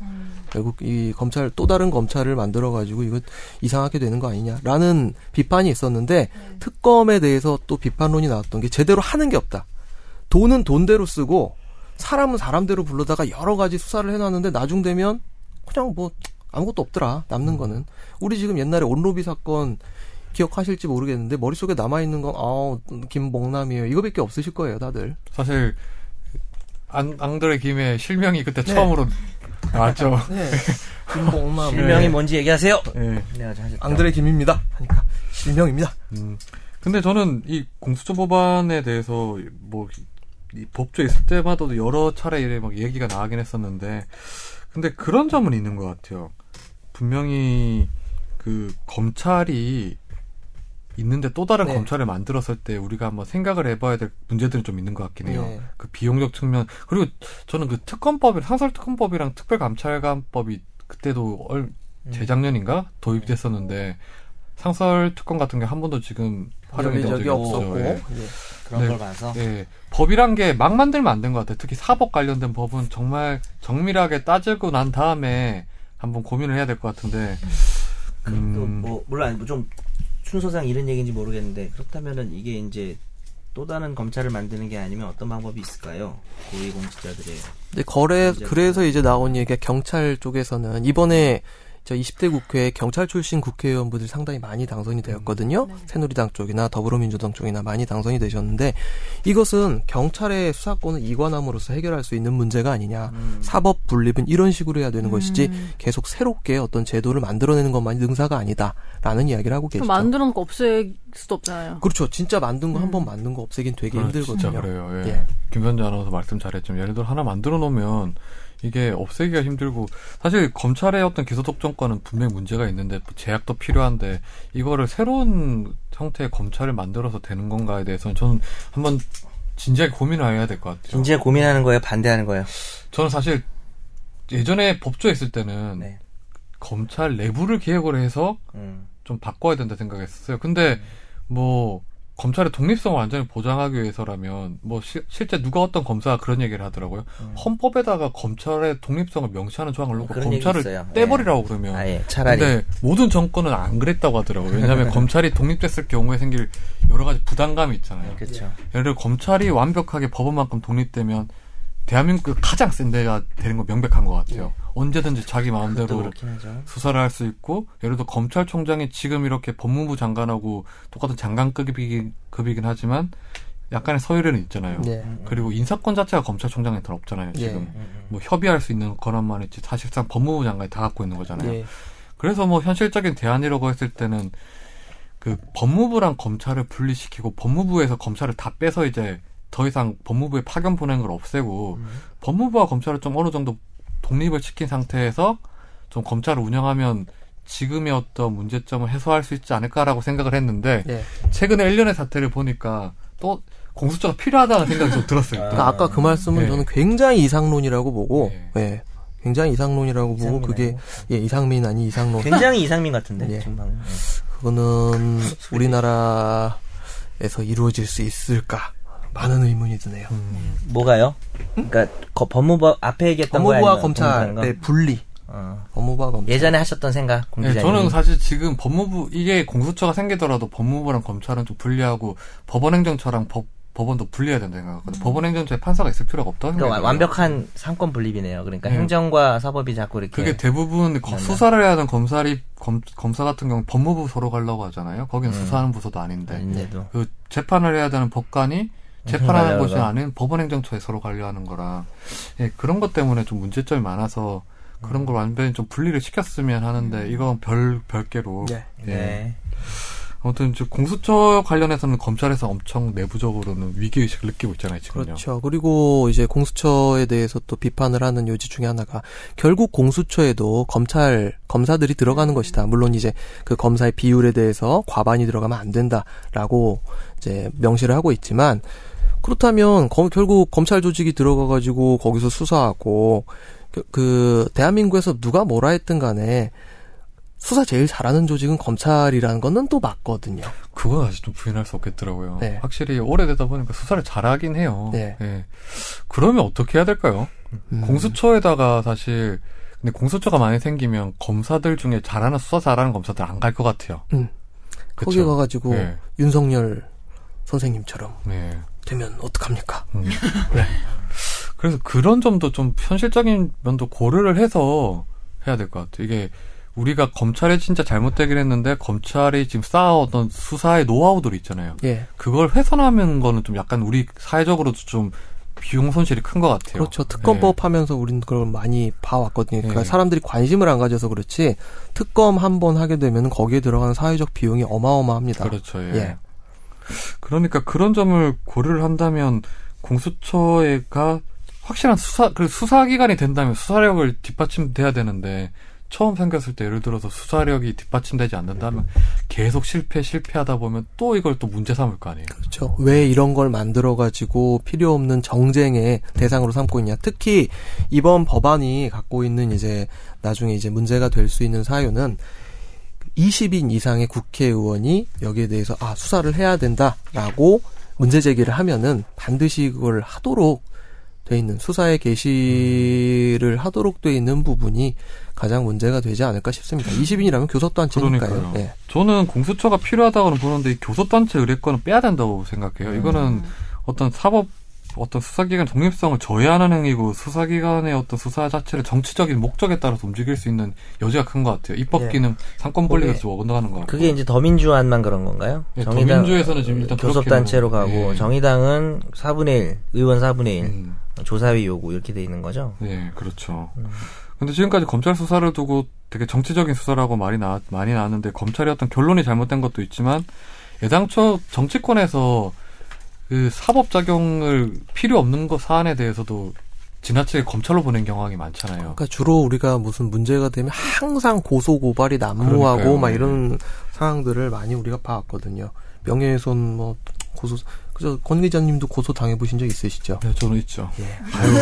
Speaker 3: 결국 이 검찰 또 다른 검찰을 만들어 가지고 이거 이상하게 되는 거 아니냐라는 비판이 있었는데 특검에 대해서 또 비판론이 나왔던 게 제대로 하는 게 없다. 돈은 돈대로 쓰고 사람은 사람대로 불러다가 여러 가지 수사를 해놨는데 나중 되면 그냥 뭐 아무것도 없더라 남는 거는 우리 지금 옛날에 온로비 사건 기억하실지 모르겠는데 머릿속에 남아있는 건 아우 김봉남이에요 이거밖에 없으실 거예요 다들
Speaker 1: 사실 안, 앙드레 김의 실명이 그때
Speaker 2: 네.
Speaker 1: 처음으로 나왔죠. 네.
Speaker 3: 김봉남 네.
Speaker 2: 실명이 뭔지 얘기하세요.
Speaker 1: 예.
Speaker 2: 네, 아주 하셨죠.
Speaker 3: 앙드레 김입니다 하니까 실명입니다
Speaker 1: 음. 근데 저는 이 공수처 법안에 대해서 뭐 이 법조 있을 때마다도 여러 차례 이래 막 얘기가 나가긴 했었는데 근데 그런 점은 있는 것 같아요. 분명히 그 검찰이 있는데 또 다른
Speaker 3: 네.
Speaker 1: 검찰을 만들었을 때 우리가 한번 생각을 해봐야 될 문제들은 좀 있는 것 같긴 해요.
Speaker 3: 네.
Speaker 1: 그 비용적 측면 그리고 저는 그 특검법이 상설 특검법이랑 특별감찰관법이 그때도 얼 음. 재작년인가 도입됐었는데 상설 특검 같은 게 한 번도 지금 활용이 된 적이 없었고 예.
Speaker 2: 그런
Speaker 1: 네.
Speaker 2: 걸 봐서
Speaker 1: 예. 법이란 게 막 만들면 안 된 것 같아요. 특히 사법 관련된 법은 정말 정밀하게 따지고 난 다음에 한번 고민을 해야 될 것 같은데 음,
Speaker 2: 또 뭐 물론 뭐좀 순서상 이런 얘기인지 모르겠는데 그렇다면은 이게 이제 또 다른 검찰을 만드는 게 아니면 어떤 방법이 있을까요? 고위 공직자들의
Speaker 3: 이제 거래
Speaker 2: 이제
Speaker 3: 그래서 이제 나온 얘기가 경찰 쪽에서는 이번에 저 20대 국회에 경찰 출신 국회의원분들 상당히 많이 당선이 되었거든요.
Speaker 4: 네.
Speaker 3: 새누리당 쪽이나 더불어민주당 쪽이나 많이 당선이 되셨는데 이것은 경찰의 수사권을 이관함으로써 해결할 수 있는 문제가 아니냐.
Speaker 1: 음.
Speaker 3: 사법 분립은 이런 식으로 해야 되는 것이지
Speaker 4: 음.
Speaker 3: 계속 새롭게 어떤 제도를 만들어내는 것만이 능사가 아니다라는 이야기를 하고
Speaker 4: 그
Speaker 3: 계시죠.
Speaker 4: 만드는 거 없앨 수도 없잖아요.
Speaker 3: 그렇죠. 진짜 만든 거
Speaker 4: 음.
Speaker 3: 한 번 만든 거 없애긴 되게
Speaker 1: 아, 진짜
Speaker 3: 힘들거든요.
Speaker 1: 그래요. 예.
Speaker 3: 예.
Speaker 1: 김선재 아나운서 말씀 잘했지만 예를 들어 하나 만들어 놓으면 이게 없애기가 힘들고 사실 검찰의 어떤 기소 독점권은 분명히 문제가 있는데 뭐 제약도 필요한데 이거를 새로운 형태의 검찰을 만들어서 되는 건가에 대해서는 저는 한번 진지하게 고민을 해야 될 것 같아요.
Speaker 2: 이제 고민하는 거예요, 반대하는 거예요.
Speaker 1: 저는 사실 예전에 법조에 있을 때는
Speaker 2: 네.
Speaker 1: 검찰 내부를 기획으로 해서
Speaker 2: 음.
Speaker 1: 좀 바꿔야 된다 생각했었어요. 근데 뭐 검찰의 독립성을 완전히 보장하기 위해서라면 뭐 시- 실제 누가 어떤 검사가 그런 얘기를 하더라고요.
Speaker 2: 음. 뭐
Speaker 1: 헌법에다가 검찰의 독립성을 명시하는 조항을 놓고
Speaker 2: 그런 얘기
Speaker 1: 검찰을
Speaker 2: 있어요. 예.
Speaker 1: 떼버리라고 그러면
Speaker 2: 아예 차라리
Speaker 1: 음. 근데 모든 정권은 안 그랬다고 하더라고요. 왜냐하면 검찰이 독립됐을 경우에 생길 여러 가지 부담감이 있잖아요.
Speaker 2: 그렇죠.
Speaker 1: 예를 들어 검찰이 완벽하게 법원만큼 독립되면 대한민국 가장 센 데가 되는 건 명백한 것 같아요. 언제든지 자기
Speaker 2: 예. 그것도
Speaker 1: 마음대로
Speaker 2: 그렇긴 하죠.
Speaker 1: 수사를 할 수 있고 예를 들어 검찰총장이 지금 이렇게 법무부 장관하고 똑같은 장관급이긴 급이긴 하지만 약간의 서열에는 있잖아요.
Speaker 3: 네.
Speaker 1: 그리고 인사권 자체가 검찰총장한테는 없잖아요. 지금
Speaker 2: 음,
Speaker 3: 예.
Speaker 1: 뭐 협의할 수 있는 권한만 있지 사실상 법무부 장관이 다 갖고 있는 거잖아요.
Speaker 3: 예.
Speaker 1: 그래서 뭐 현실적인 대안이라고 했을 때는 그 법무부랑 검찰을 분리시키고 법무부에서 검찰을 다 빼서 이제 더 이상 법무부에 파견 보내는 걸 없애고 법무부와 검찰을 좀 어느 정도 독립을 시킨 상태에서 좀 검찰을 운영하면 지금의 어떤 문제점을 해소할 수 있지 않을까라고 생각을 했는데
Speaker 3: 예.
Speaker 1: 최근에 일련의 사태를 보니까 또 공수처가 필요하다는 생각이 좀 들었어요. 또.
Speaker 3: 그러니까 아까 그 말씀은
Speaker 1: 예.
Speaker 3: 저는 굉장히 이상론이라고 보고,
Speaker 1: 예.
Speaker 3: 예. 굉장히 이상론이라고 보고
Speaker 2: 이상민
Speaker 3: 그게
Speaker 2: 아니고.
Speaker 3: 예, 이상민 아니 이상론.
Speaker 2: 굉장히 이상민 같은데 음.
Speaker 3: 예.
Speaker 2: 정말.
Speaker 3: 그거는 우리나라에서 이루어질 수 있을까? 많은 의문이 드네요.
Speaker 2: 뭐가요? 그러니까 거- 법무부 앞에 얘기했던 거야.
Speaker 3: 법무부와
Speaker 2: 아니면
Speaker 3: 검찰의
Speaker 2: 법무부라는 거?
Speaker 3: 분리.
Speaker 2: 어.
Speaker 3: 법무부와 검찰.
Speaker 2: 예전에 하셨던 생각 공
Speaker 1: 네. 예,
Speaker 2: 기자님.
Speaker 1: 저는 사실 지금 법무부 이게 공수처가 생기더라도 법무부랑 검찰은 좀 분리하고 법원행정처랑 법 법원도 분리해야 된다 생각하거든요. 법원행정처에 판사가 있을 필요가 없다고
Speaker 2: 음. 그러니까 와-
Speaker 1: 생각해요.
Speaker 2: 완벽한 상권 분립이네요. 그러니까
Speaker 1: 네.
Speaker 2: 행정과 사법이 자꾸 이렇게
Speaker 1: 그게 대부분 거-
Speaker 2: 맞나요?
Speaker 1: 수사를 해야 하는 검사리 검, 검사 같은 경우 는 법무부 서로 가려고 하잖아요. 거기는 수사하는 부서도 아닌데
Speaker 2: 음. 아닌데도
Speaker 1: 그 재판을 해야 되는 법관이
Speaker 2: 가려고.
Speaker 1: 재판하는 곳이 아닌 법원행정처에 서로 관려 하는 거라 예, 그런 것 때문에 좀 문제점이 많아서
Speaker 2: 음.
Speaker 1: 그런 걸 완전히 좀 분리를 시켰으면 하는데 이건 별 별개로
Speaker 3: 예.
Speaker 1: 예.
Speaker 2: 네.
Speaker 1: 아무튼 이제 공수처 관련해서는 검찰에서 엄청 내부적으로는 위기 의식을 느끼고 있잖아요 지금요.
Speaker 3: 그렇죠. 그리고 이제 공수처에 대해서 또 비판을 하는 요지 중에 하나가 결국 공수처에도 검찰 검사들이 들어가는 것이다. 물론 이제 그 검사의 비율에 대해서 과반이 들어가면 안 된다라고 이제 명시를 하고 있지만 그렇다면 검- 결국 검찰 조직이 들어가 가지고 거기서 수사하고 그, 그 대한민국에서 누가 뭐라 했든 간에 수사 제일 잘하는 조직은 검찰이라는 거는 또 맞거든요.
Speaker 1: 그건 아직 좀 부인할 수 없겠더라고요.
Speaker 3: 네.
Speaker 1: 확실히 오래되다 보니까 수사를 잘하긴 해요.
Speaker 3: 네.
Speaker 1: 예. 그러면 어떻게 해야 될까요?
Speaker 3: 음.
Speaker 1: 공수처에다가 사실 근데 공수처가 많이 생기면 검사들 중에 잘하는 수사 잘하는 검사들 안 갈 것 같아요.
Speaker 3: 음.
Speaker 1: 그쵸?
Speaker 3: 거기 가가지고
Speaker 1: 예.
Speaker 3: 윤석열 선생님처럼
Speaker 1: 네.
Speaker 3: 되면 어떡합니까?
Speaker 1: 음. 네. 그래서 그런 점도 좀 현실적인 면도 고려를 해서 해야 될 것 같아요. 이게 우리가 검찰에 진짜 잘못되긴 했는데 검찰이 지금 쌓아오던 수사의 노하우들이 있잖아요.
Speaker 3: 예.
Speaker 1: 그걸 훼손하는 거는 좀 약간 우리 사회적으로도 좀 비용 손실이 큰 것 같아요.
Speaker 3: 그렇죠.
Speaker 1: 네.
Speaker 3: 특검법 하면서 우리는 그걸 많이 봐왔거든요. 그러니까
Speaker 1: 예.
Speaker 3: 사람들이 관심을 안 가져서 그렇지 특검 한 번 하게 되면 거기에 들어가는 사회적 비용이
Speaker 1: 예.
Speaker 3: 어마어마합니다.
Speaker 1: 그렇죠. 예.
Speaker 3: 예.
Speaker 1: 그러니까 그런 점을 고려를 한다면 공수처가 확실한 수사 그 수사기관이 된다면 수사력을 뒷받침돼야 되는데 처음 생겼을 때 예를 들어서 수사력이 뒷받침되지 않는다면 계속 실패 실패하다 보면 또 이걸 또 문제 삼을 거 아니에요.
Speaker 3: 그렇죠. 왜 이런 걸 만들어 가지고 필요 없는 정쟁의 대상으로 삼고 있냐. 특히 이번 법안이 갖고 있는 이제 나중에 이제 문제가 될 수 있는 사유는 20인 이상의 국회의원이 여기에 대해서 아 수사를 해야 된다라고 문제 제기를 하면은 반드시 그걸 하도록 돼 있는 수사의 개시를 하도록 돼 있는 부분이 가장 문제가 되지 않을까 싶습니다. 20인이라면 교섭단체니까요. 네.
Speaker 1: 그러니까요. 저는 공수처가
Speaker 2: 음.
Speaker 1: 필요하다고는 보는데 이 교섭단체 의뢰권은 빼야 된다고 생각해요. 이거는 어떤 사법 어떤 수사기관 독립성을 저해하는 행위고 수사기관의 어떤 수사 자체를 정치적인 목적에 따라서 움직일 수 있는 여지가 큰 것 같아요. 입법기는 상권 분리가
Speaker 2: 그게-
Speaker 1: 좀 원나가는 것 같고.
Speaker 2: 네. 그게 이제 더민주안만 그런 건가요?
Speaker 1: 예, 더민주에서는 지금 일단
Speaker 2: 교섭단체로
Speaker 1: 그렇게 뭐,
Speaker 2: 가고
Speaker 1: 예.
Speaker 2: 정의당은 4분의 1, 의원 4분의 1,
Speaker 1: 음.
Speaker 2: 조사위 요구 이렇게 돼 있는 거죠.
Speaker 1: 네, 그렇죠. 근데 지금까지 검찰 수사를 두고 되게 정치적인 수사라고 말이 나, 많이 나왔는데 검찰의 어떤 결론이 잘못된 것도 있지만 애당초 정치권에서 그 사법 작용을 필요 없는 거 사안에 대해서도 지나치게 검찰로 보낸 경향이 많잖아요.
Speaker 3: 그러니까 주로 우리가 무슨 문제가 되면 항상 고소 고발이 난무하고
Speaker 1: 그러니까요.
Speaker 3: 막 이런 상황들을 많이 우리가 봐왔거든요. 명예훼손 뭐 고소 그죠 권 기자님도 고소 당해 보신 적 있으시죠?
Speaker 1: 네, 저는 있죠.
Speaker 3: 예. 뭐, 아유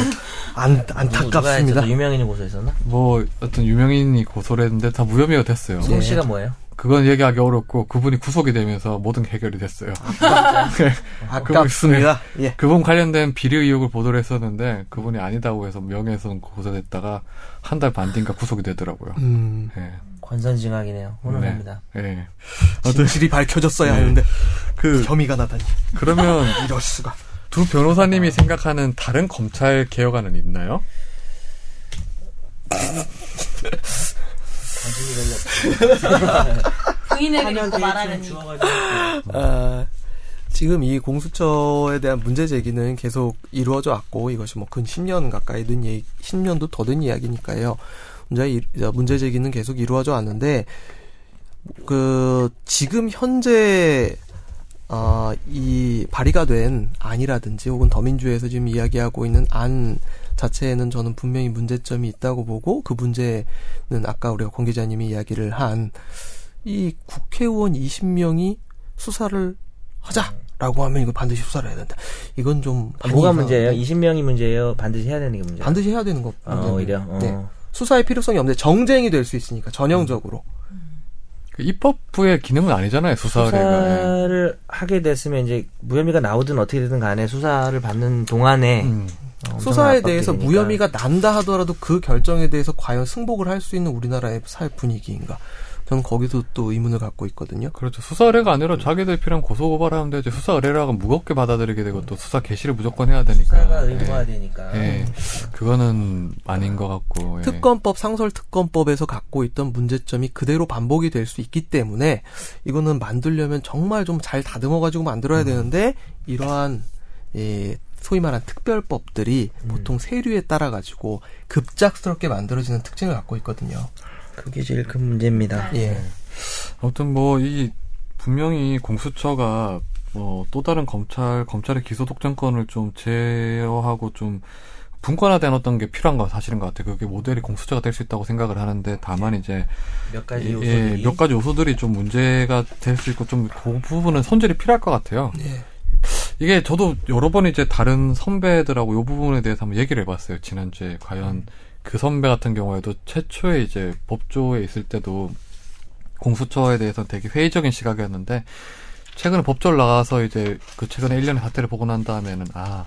Speaker 3: 안 안타깝습니다. 네.
Speaker 2: 유명인이 고소했었나?
Speaker 1: 뭐 어떤 유명인이 고소를 했는데 다 무혐의가 됐어요.
Speaker 2: 송 씨가 뭐예요?
Speaker 1: 그건 얘기하기 어렵고 그분이 구속이 되면서 모든 게 해결이 됐어요. 아, 네.
Speaker 3: 아깝습니다. 예.
Speaker 1: 그분 관련된 비리 의혹을 보도를 했었는데 그분이 아니다고 해서 명예훼손 고소됐다가 한 달 반 뒤인가 구속이 되더라고요.
Speaker 3: 음.
Speaker 1: 예.
Speaker 2: 권선징악이네요. 훈훈합니다.
Speaker 1: 예.
Speaker 3: 진실이 밝혀졌어야
Speaker 1: 네.
Speaker 3: 하는데
Speaker 1: 그
Speaker 3: 혐의가 나다니
Speaker 1: 그러면
Speaker 3: 이럴 수가.
Speaker 1: 두 변호사님이 생각하는 다른 검찰 개혁안은 있나요?
Speaker 3: 네.
Speaker 4: 부인을 그리고 말하는 이.
Speaker 3: 아, 지금 이 공수처에 대한 문제 제기는 계속 이루어져 왔고 이것이 뭐 근 10년 가까이 된 얘기, 10년도 더 된 이야기니까요. 문제 이- 저 문제 제기는 계속 이루어져 왔는데 그 지금 현재 아, 이 발의가 된 안이라든지 혹은 더민주에서 지금 이야기하고 있는 안 자체에는 저는 분명히 문제점이 있다고 보고 그 문제는 아까 우리가 권 기자님이 이야기를 한 이 국회의원 20명이 수사를 하자라고 하면 이거 반드시 수사를 해야 된다. 이건 좀
Speaker 2: 아, 뭐가
Speaker 3: 많이
Speaker 2: 문제예요?
Speaker 3: 이상한데
Speaker 2: 20명이 문제예요? 반드시 해야 되는 게 문제예요?
Speaker 3: 반드시 해야 되는 거.
Speaker 2: 아,
Speaker 3: 문제는.
Speaker 2: 오히려? 어.
Speaker 3: 네. 수사의 필요성이 없는데 정쟁이 될 수 있으니까 전형적으로.
Speaker 2: 음,
Speaker 1: 그 입법부의 기능은 아니잖아요 수사례가. 예.
Speaker 2: 수사를 하게 됐으면 이제 무혐의가 나오든 어떻게 되든 간에 수사를 받는 동안에
Speaker 1: 음.
Speaker 2: 엄청난
Speaker 3: 수사에
Speaker 2: 압박이
Speaker 3: 대해서
Speaker 2: 되니까.
Speaker 3: 무혐의가 난다 하더라도 그 결정에 대해서 과연 승복을 할 수 있는 우리나라의 사회 분위기인가? 저는 거기서 또 의문을 갖고 있거든요.
Speaker 1: 그렇죠. 수사 의뢰가 아니라 자기들 필요한 고소 고발하는데 이제 수사 의뢰라고 무겁게 받아들이게 되고 또 수사 개시를 무조건 해야 되니까.
Speaker 2: 수사가
Speaker 1: 예.
Speaker 2: 의도가 되니까.
Speaker 1: 예.
Speaker 3: 네.
Speaker 1: 그거는 아닌 것
Speaker 2: 네.
Speaker 1: 같고. 예.
Speaker 3: 특검법, 상설특검법에서 갖고 있던 문제점이 그대로 반복이 될 수 있기 때문에 이거는 만들려면 정말 좀 잘 다듬어가지고 만들어야
Speaker 2: 음.
Speaker 3: 되는데 이러한 예, 소위 말한 특별법들이
Speaker 2: 음.
Speaker 3: 보통 세류에 따라가지고 급작스럽게 만들어지는 특징을 갖고 있거든요.
Speaker 2: 그게 제일 큰 문제입니다.
Speaker 3: 예.
Speaker 1: 아무튼 뭐 이 분명히 공수처가 뭐 또 다른 검찰 검찰의 기소 독점권을 좀 제어하고 좀 분권화된 어떤 게 필요한 건 사실인 것 같아요. 그게 모델이 공수처가 될 수 있다고 생각을 하는데 다만 이제
Speaker 2: 몇 가지
Speaker 1: 예,
Speaker 2: 요소들이.
Speaker 1: 몇 가지 요소들이 좀 문제가 될 수 있고 좀 그 부분은 손질이 필요할 것 같아요.
Speaker 3: 예.
Speaker 1: 이게 저도 여러 번 이제 다른 선배들하고 이 부분에 대해서 한번 얘기를 해봤어요. 지난주에 과연
Speaker 2: 음.
Speaker 1: 그 선배 같은 경우에도 최초에 이제 법조에 있을 때도 공수처에 대해서 되게 회의적인 시각이었는데 최근에 법조를 나가서 이제 그 최근에 1년의 사태를 보고 난 다음에는 아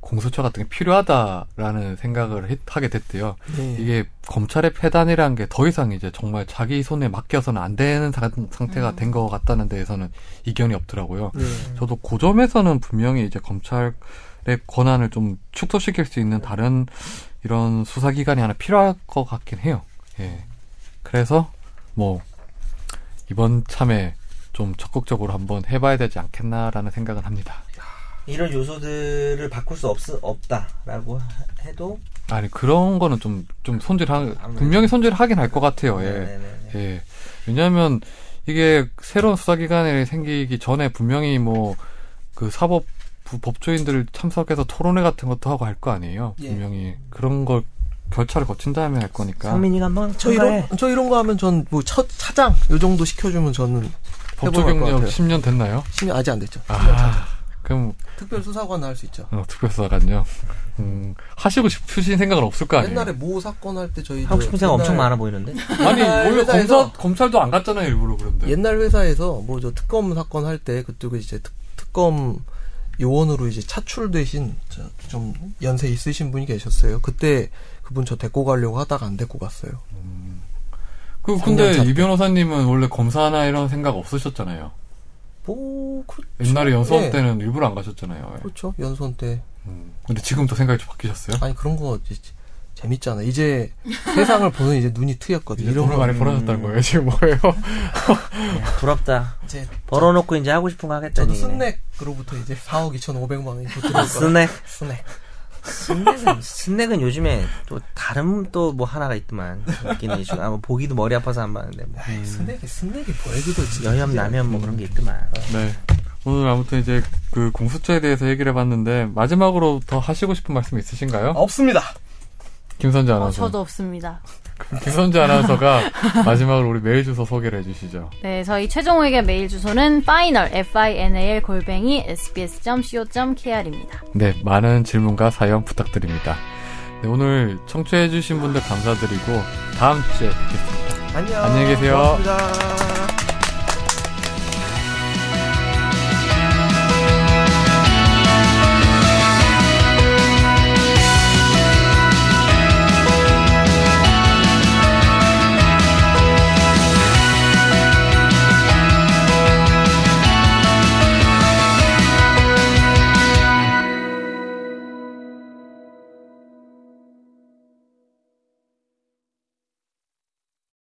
Speaker 1: 공수처 같은 게 필요하다라는 생각을 했- 하게 됐대요.
Speaker 2: 네.
Speaker 3: 예.
Speaker 1: 이게 검찰의 폐단이라는 게 더 이상 이제 정말 자기 손에 맡겨서는 안 되는 사- 상태가
Speaker 2: 음.
Speaker 1: 된 것 같다는 데에서는 이견이 없더라고요.
Speaker 2: 네.
Speaker 1: 저도 그 점에서는 분명히 이제 검찰의 권한을 좀 축소시킬 수 있는 다른 이런 수사기관이 하나 필요할 것 같긴 해요. 예. 그래서 뭐 이번 참에 좀 적극적으로 한번 해봐야 되지 않겠나라는 생각은 합니다.
Speaker 2: 이런 요소들을 바꿀 수 없, 없다라고 해도.
Speaker 1: 아니 그런 거는 좀 좀 손질하
Speaker 2: 아무래도.
Speaker 1: 분명히 손질하긴 할 것 같아요. 예.
Speaker 2: 네네네.
Speaker 1: 예. 왜냐하면 이게 새로운 수사기관이 생기기 전에 분명히 뭐 그 사법 부- 법조인들 참석해서 토론회 같은 것도 하고 할 거 아니에요.
Speaker 3: 예.
Speaker 1: 분명히 그런 걸 결차를 거친 다음에 할 거니까
Speaker 2: 상민이가 한번
Speaker 3: 저 이런 저 이런 거 하면 전 뭐 첫 차장 요 정도 시켜주면 저는
Speaker 1: 법조
Speaker 3: 해볼 것
Speaker 1: 경력
Speaker 3: 같아요.
Speaker 1: 10년 됐나요?
Speaker 3: 심리 아직 안 됐죠.
Speaker 1: 아 그럼
Speaker 3: 특별 수사관 할 수 있죠.
Speaker 1: 어, 특별수사관요. 음, 하시고 싶으신 생각은 없을 거 아니에요.
Speaker 3: 옛날에 모 사건 할 때 저희
Speaker 2: 하고 싶은 생각 엄청
Speaker 3: 많아
Speaker 2: 많아 보이는데.
Speaker 1: 아니 원래
Speaker 3: 회사에서-
Speaker 1: 검사 검찰도 안 갔잖아요 일부러 그런데.
Speaker 3: 옛날 회사에서 뭐 저 특검 사건 할 때 그쪽에 이제 특, 특검 요원으로 이제 차출되신 저좀 연세 있으신 분이 계셨어요. 그때 그분 저 데리고 가려고 하다가 안 데리고 갔어요.
Speaker 1: 그 근데
Speaker 3: 삼년 차
Speaker 1: 이 변호사님은 원래 검사나 이런 생각 없으셨잖아요.
Speaker 3: 뭐 그렇,
Speaker 1: 옛날에 연수원
Speaker 3: 네. 어,
Speaker 1: 때는 일부러 안 가셨잖아요.
Speaker 3: 그렇죠. 연수원 때
Speaker 1: 음. 근데 지금도 생각이 좀 바뀌셨어요?
Speaker 3: 아니 그런 거 이제 재밌잖아. 이제 세상을 보는 이제 눈이 트였거든.
Speaker 1: 이제
Speaker 3: 이런
Speaker 1: 돈을
Speaker 3: 거.
Speaker 1: 많이 벌어졌다는 거예요, 지금 뭐예요?
Speaker 2: 부럽다.
Speaker 3: 이제
Speaker 2: 벌어놓고 이제 하고 싶은 거 하겠다.
Speaker 3: 저도 스낵으로부터 이제 4억 2,500만 원이 붙들어올 거야.
Speaker 2: 스낵.
Speaker 3: 스낵.
Speaker 2: 스낵은, 스낵은 요즘에 또 다른 또 뭐 하나가 있더만. 웃기는 이슈. 아뭐 보기도 머리 아파서 안 봤는데 뭐.
Speaker 3: 에이, 스낵이 스낵이 뭐야 그거 진짜.
Speaker 2: 여염 나면 뭐 그런 게 있더만.
Speaker 1: 네. 오늘 아무튼 이제 그 공수처에 대해서 얘기를 해봤는데 마지막으로 더 하시고 싶은 말씀 있으신가요?
Speaker 3: 없습니다.
Speaker 1: 김선재
Speaker 4: 어,
Speaker 1: 아나운서.
Speaker 4: 저도 없습니다.
Speaker 1: 김선재 아나운서가 마지막으로 우리 메일 주소 소개를 해주시죠.
Speaker 4: 네, 저희 최종 의견 메일 주소는 final f i n a l 골뱅이 s b s c o k r 입니다.
Speaker 1: 네, 많은 질문과 사연 부탁드립니다. 네, 오늘 청취해주신 분들 감사드리고 다음 주에 뵙겠습니다.
Speaker 3: 안녕.
Speaker 1: 안녕히 계세요.
Speaker 3: 고맙습니다.